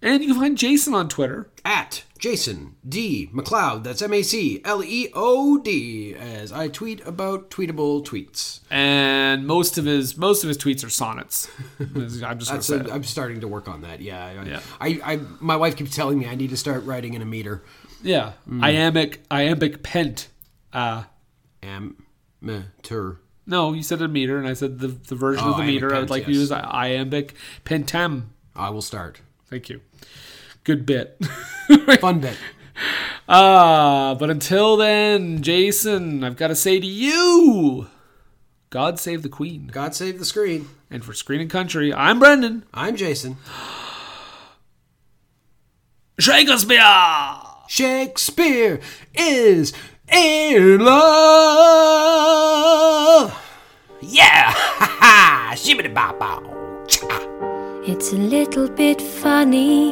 B: And you can find Jason on Twitter.
A: At Jason D. McLeod. That's M A C L E O D. As I tweet about tweetable tweets.
B: And most of his most of his tweets are sonnets. I'm just going to
A: That's
B: say
A: a,
B: it.
A: I'm starting to work on that. Yeah. I,
B: Yeah.
A: I, I, my wife keeps telling me I need to start writing in a meter.
B: Yeah,
A: Mm.
B: iambic iambic pent. Uh,
A: Am, me, ter.
B: no, you said a meter, and I said the, the version
A: Oh,
B: of the
A: iambic
B: meter I
A: pent,
B: would like to
A: yes.
B: use iambic pentem.
A: I will start.
B: Thank you. Good bit.
A: Fun bit.
B: Uh, but until then, Jason, I've got to say to you God save the Queen.
A: God save the screen.
B: And for Screen and Country, I'm Brendan.
A: I'm Jason.
B: Shakespeare!
A: Shakespeare is in love! Yeah! Ha ha! Shibbity bop
M: It's a little bit funny,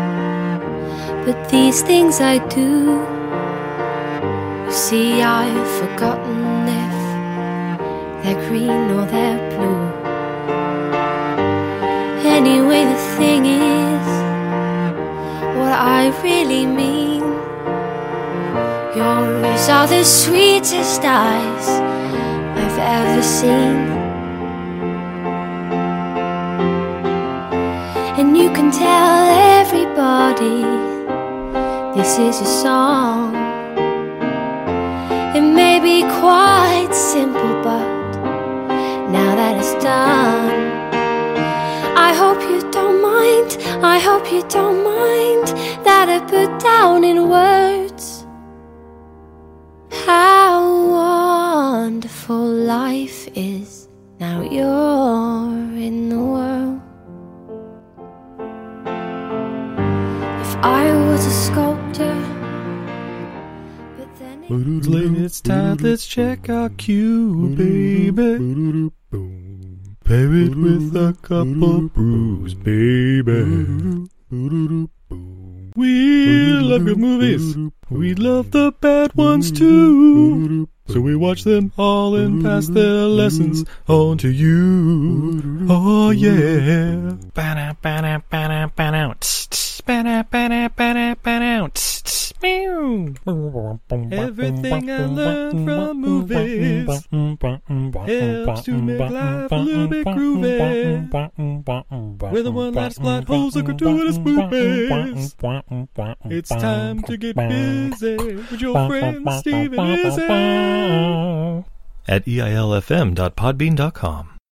M: but these things I do. You see, I've forgotten if they're green or they're blue. Anyway, the thing is, what I really mean, yours are the sweetest eyes I've ever seen. And you can tell everybody this is your song. It may be quite simple, but now that it's done, I hope you don't mind. I hope you don't mind that I put down in words how wonderful life is. Now you're in the world. If I was a sculptor,
N: Late, it's time. Let's check our cue, baby. Pair it with a couple brews, baby. We love good movies. We love the bad ones too. So we watch them all and pass their lessons on to you. Oh yeah.
K: Ba-da, ba-da, ba-da, ba-da, tss, tss, ba-da, ba-da, ba-da, ba-da, tss, tss, meow.
N: Everything I learned from movies helps to make life a little bit groovy. With the one last plot holes and gratuitous movies. It's time to get busy with your friend Steven Izzy.
K: At eilfm.podbean.com.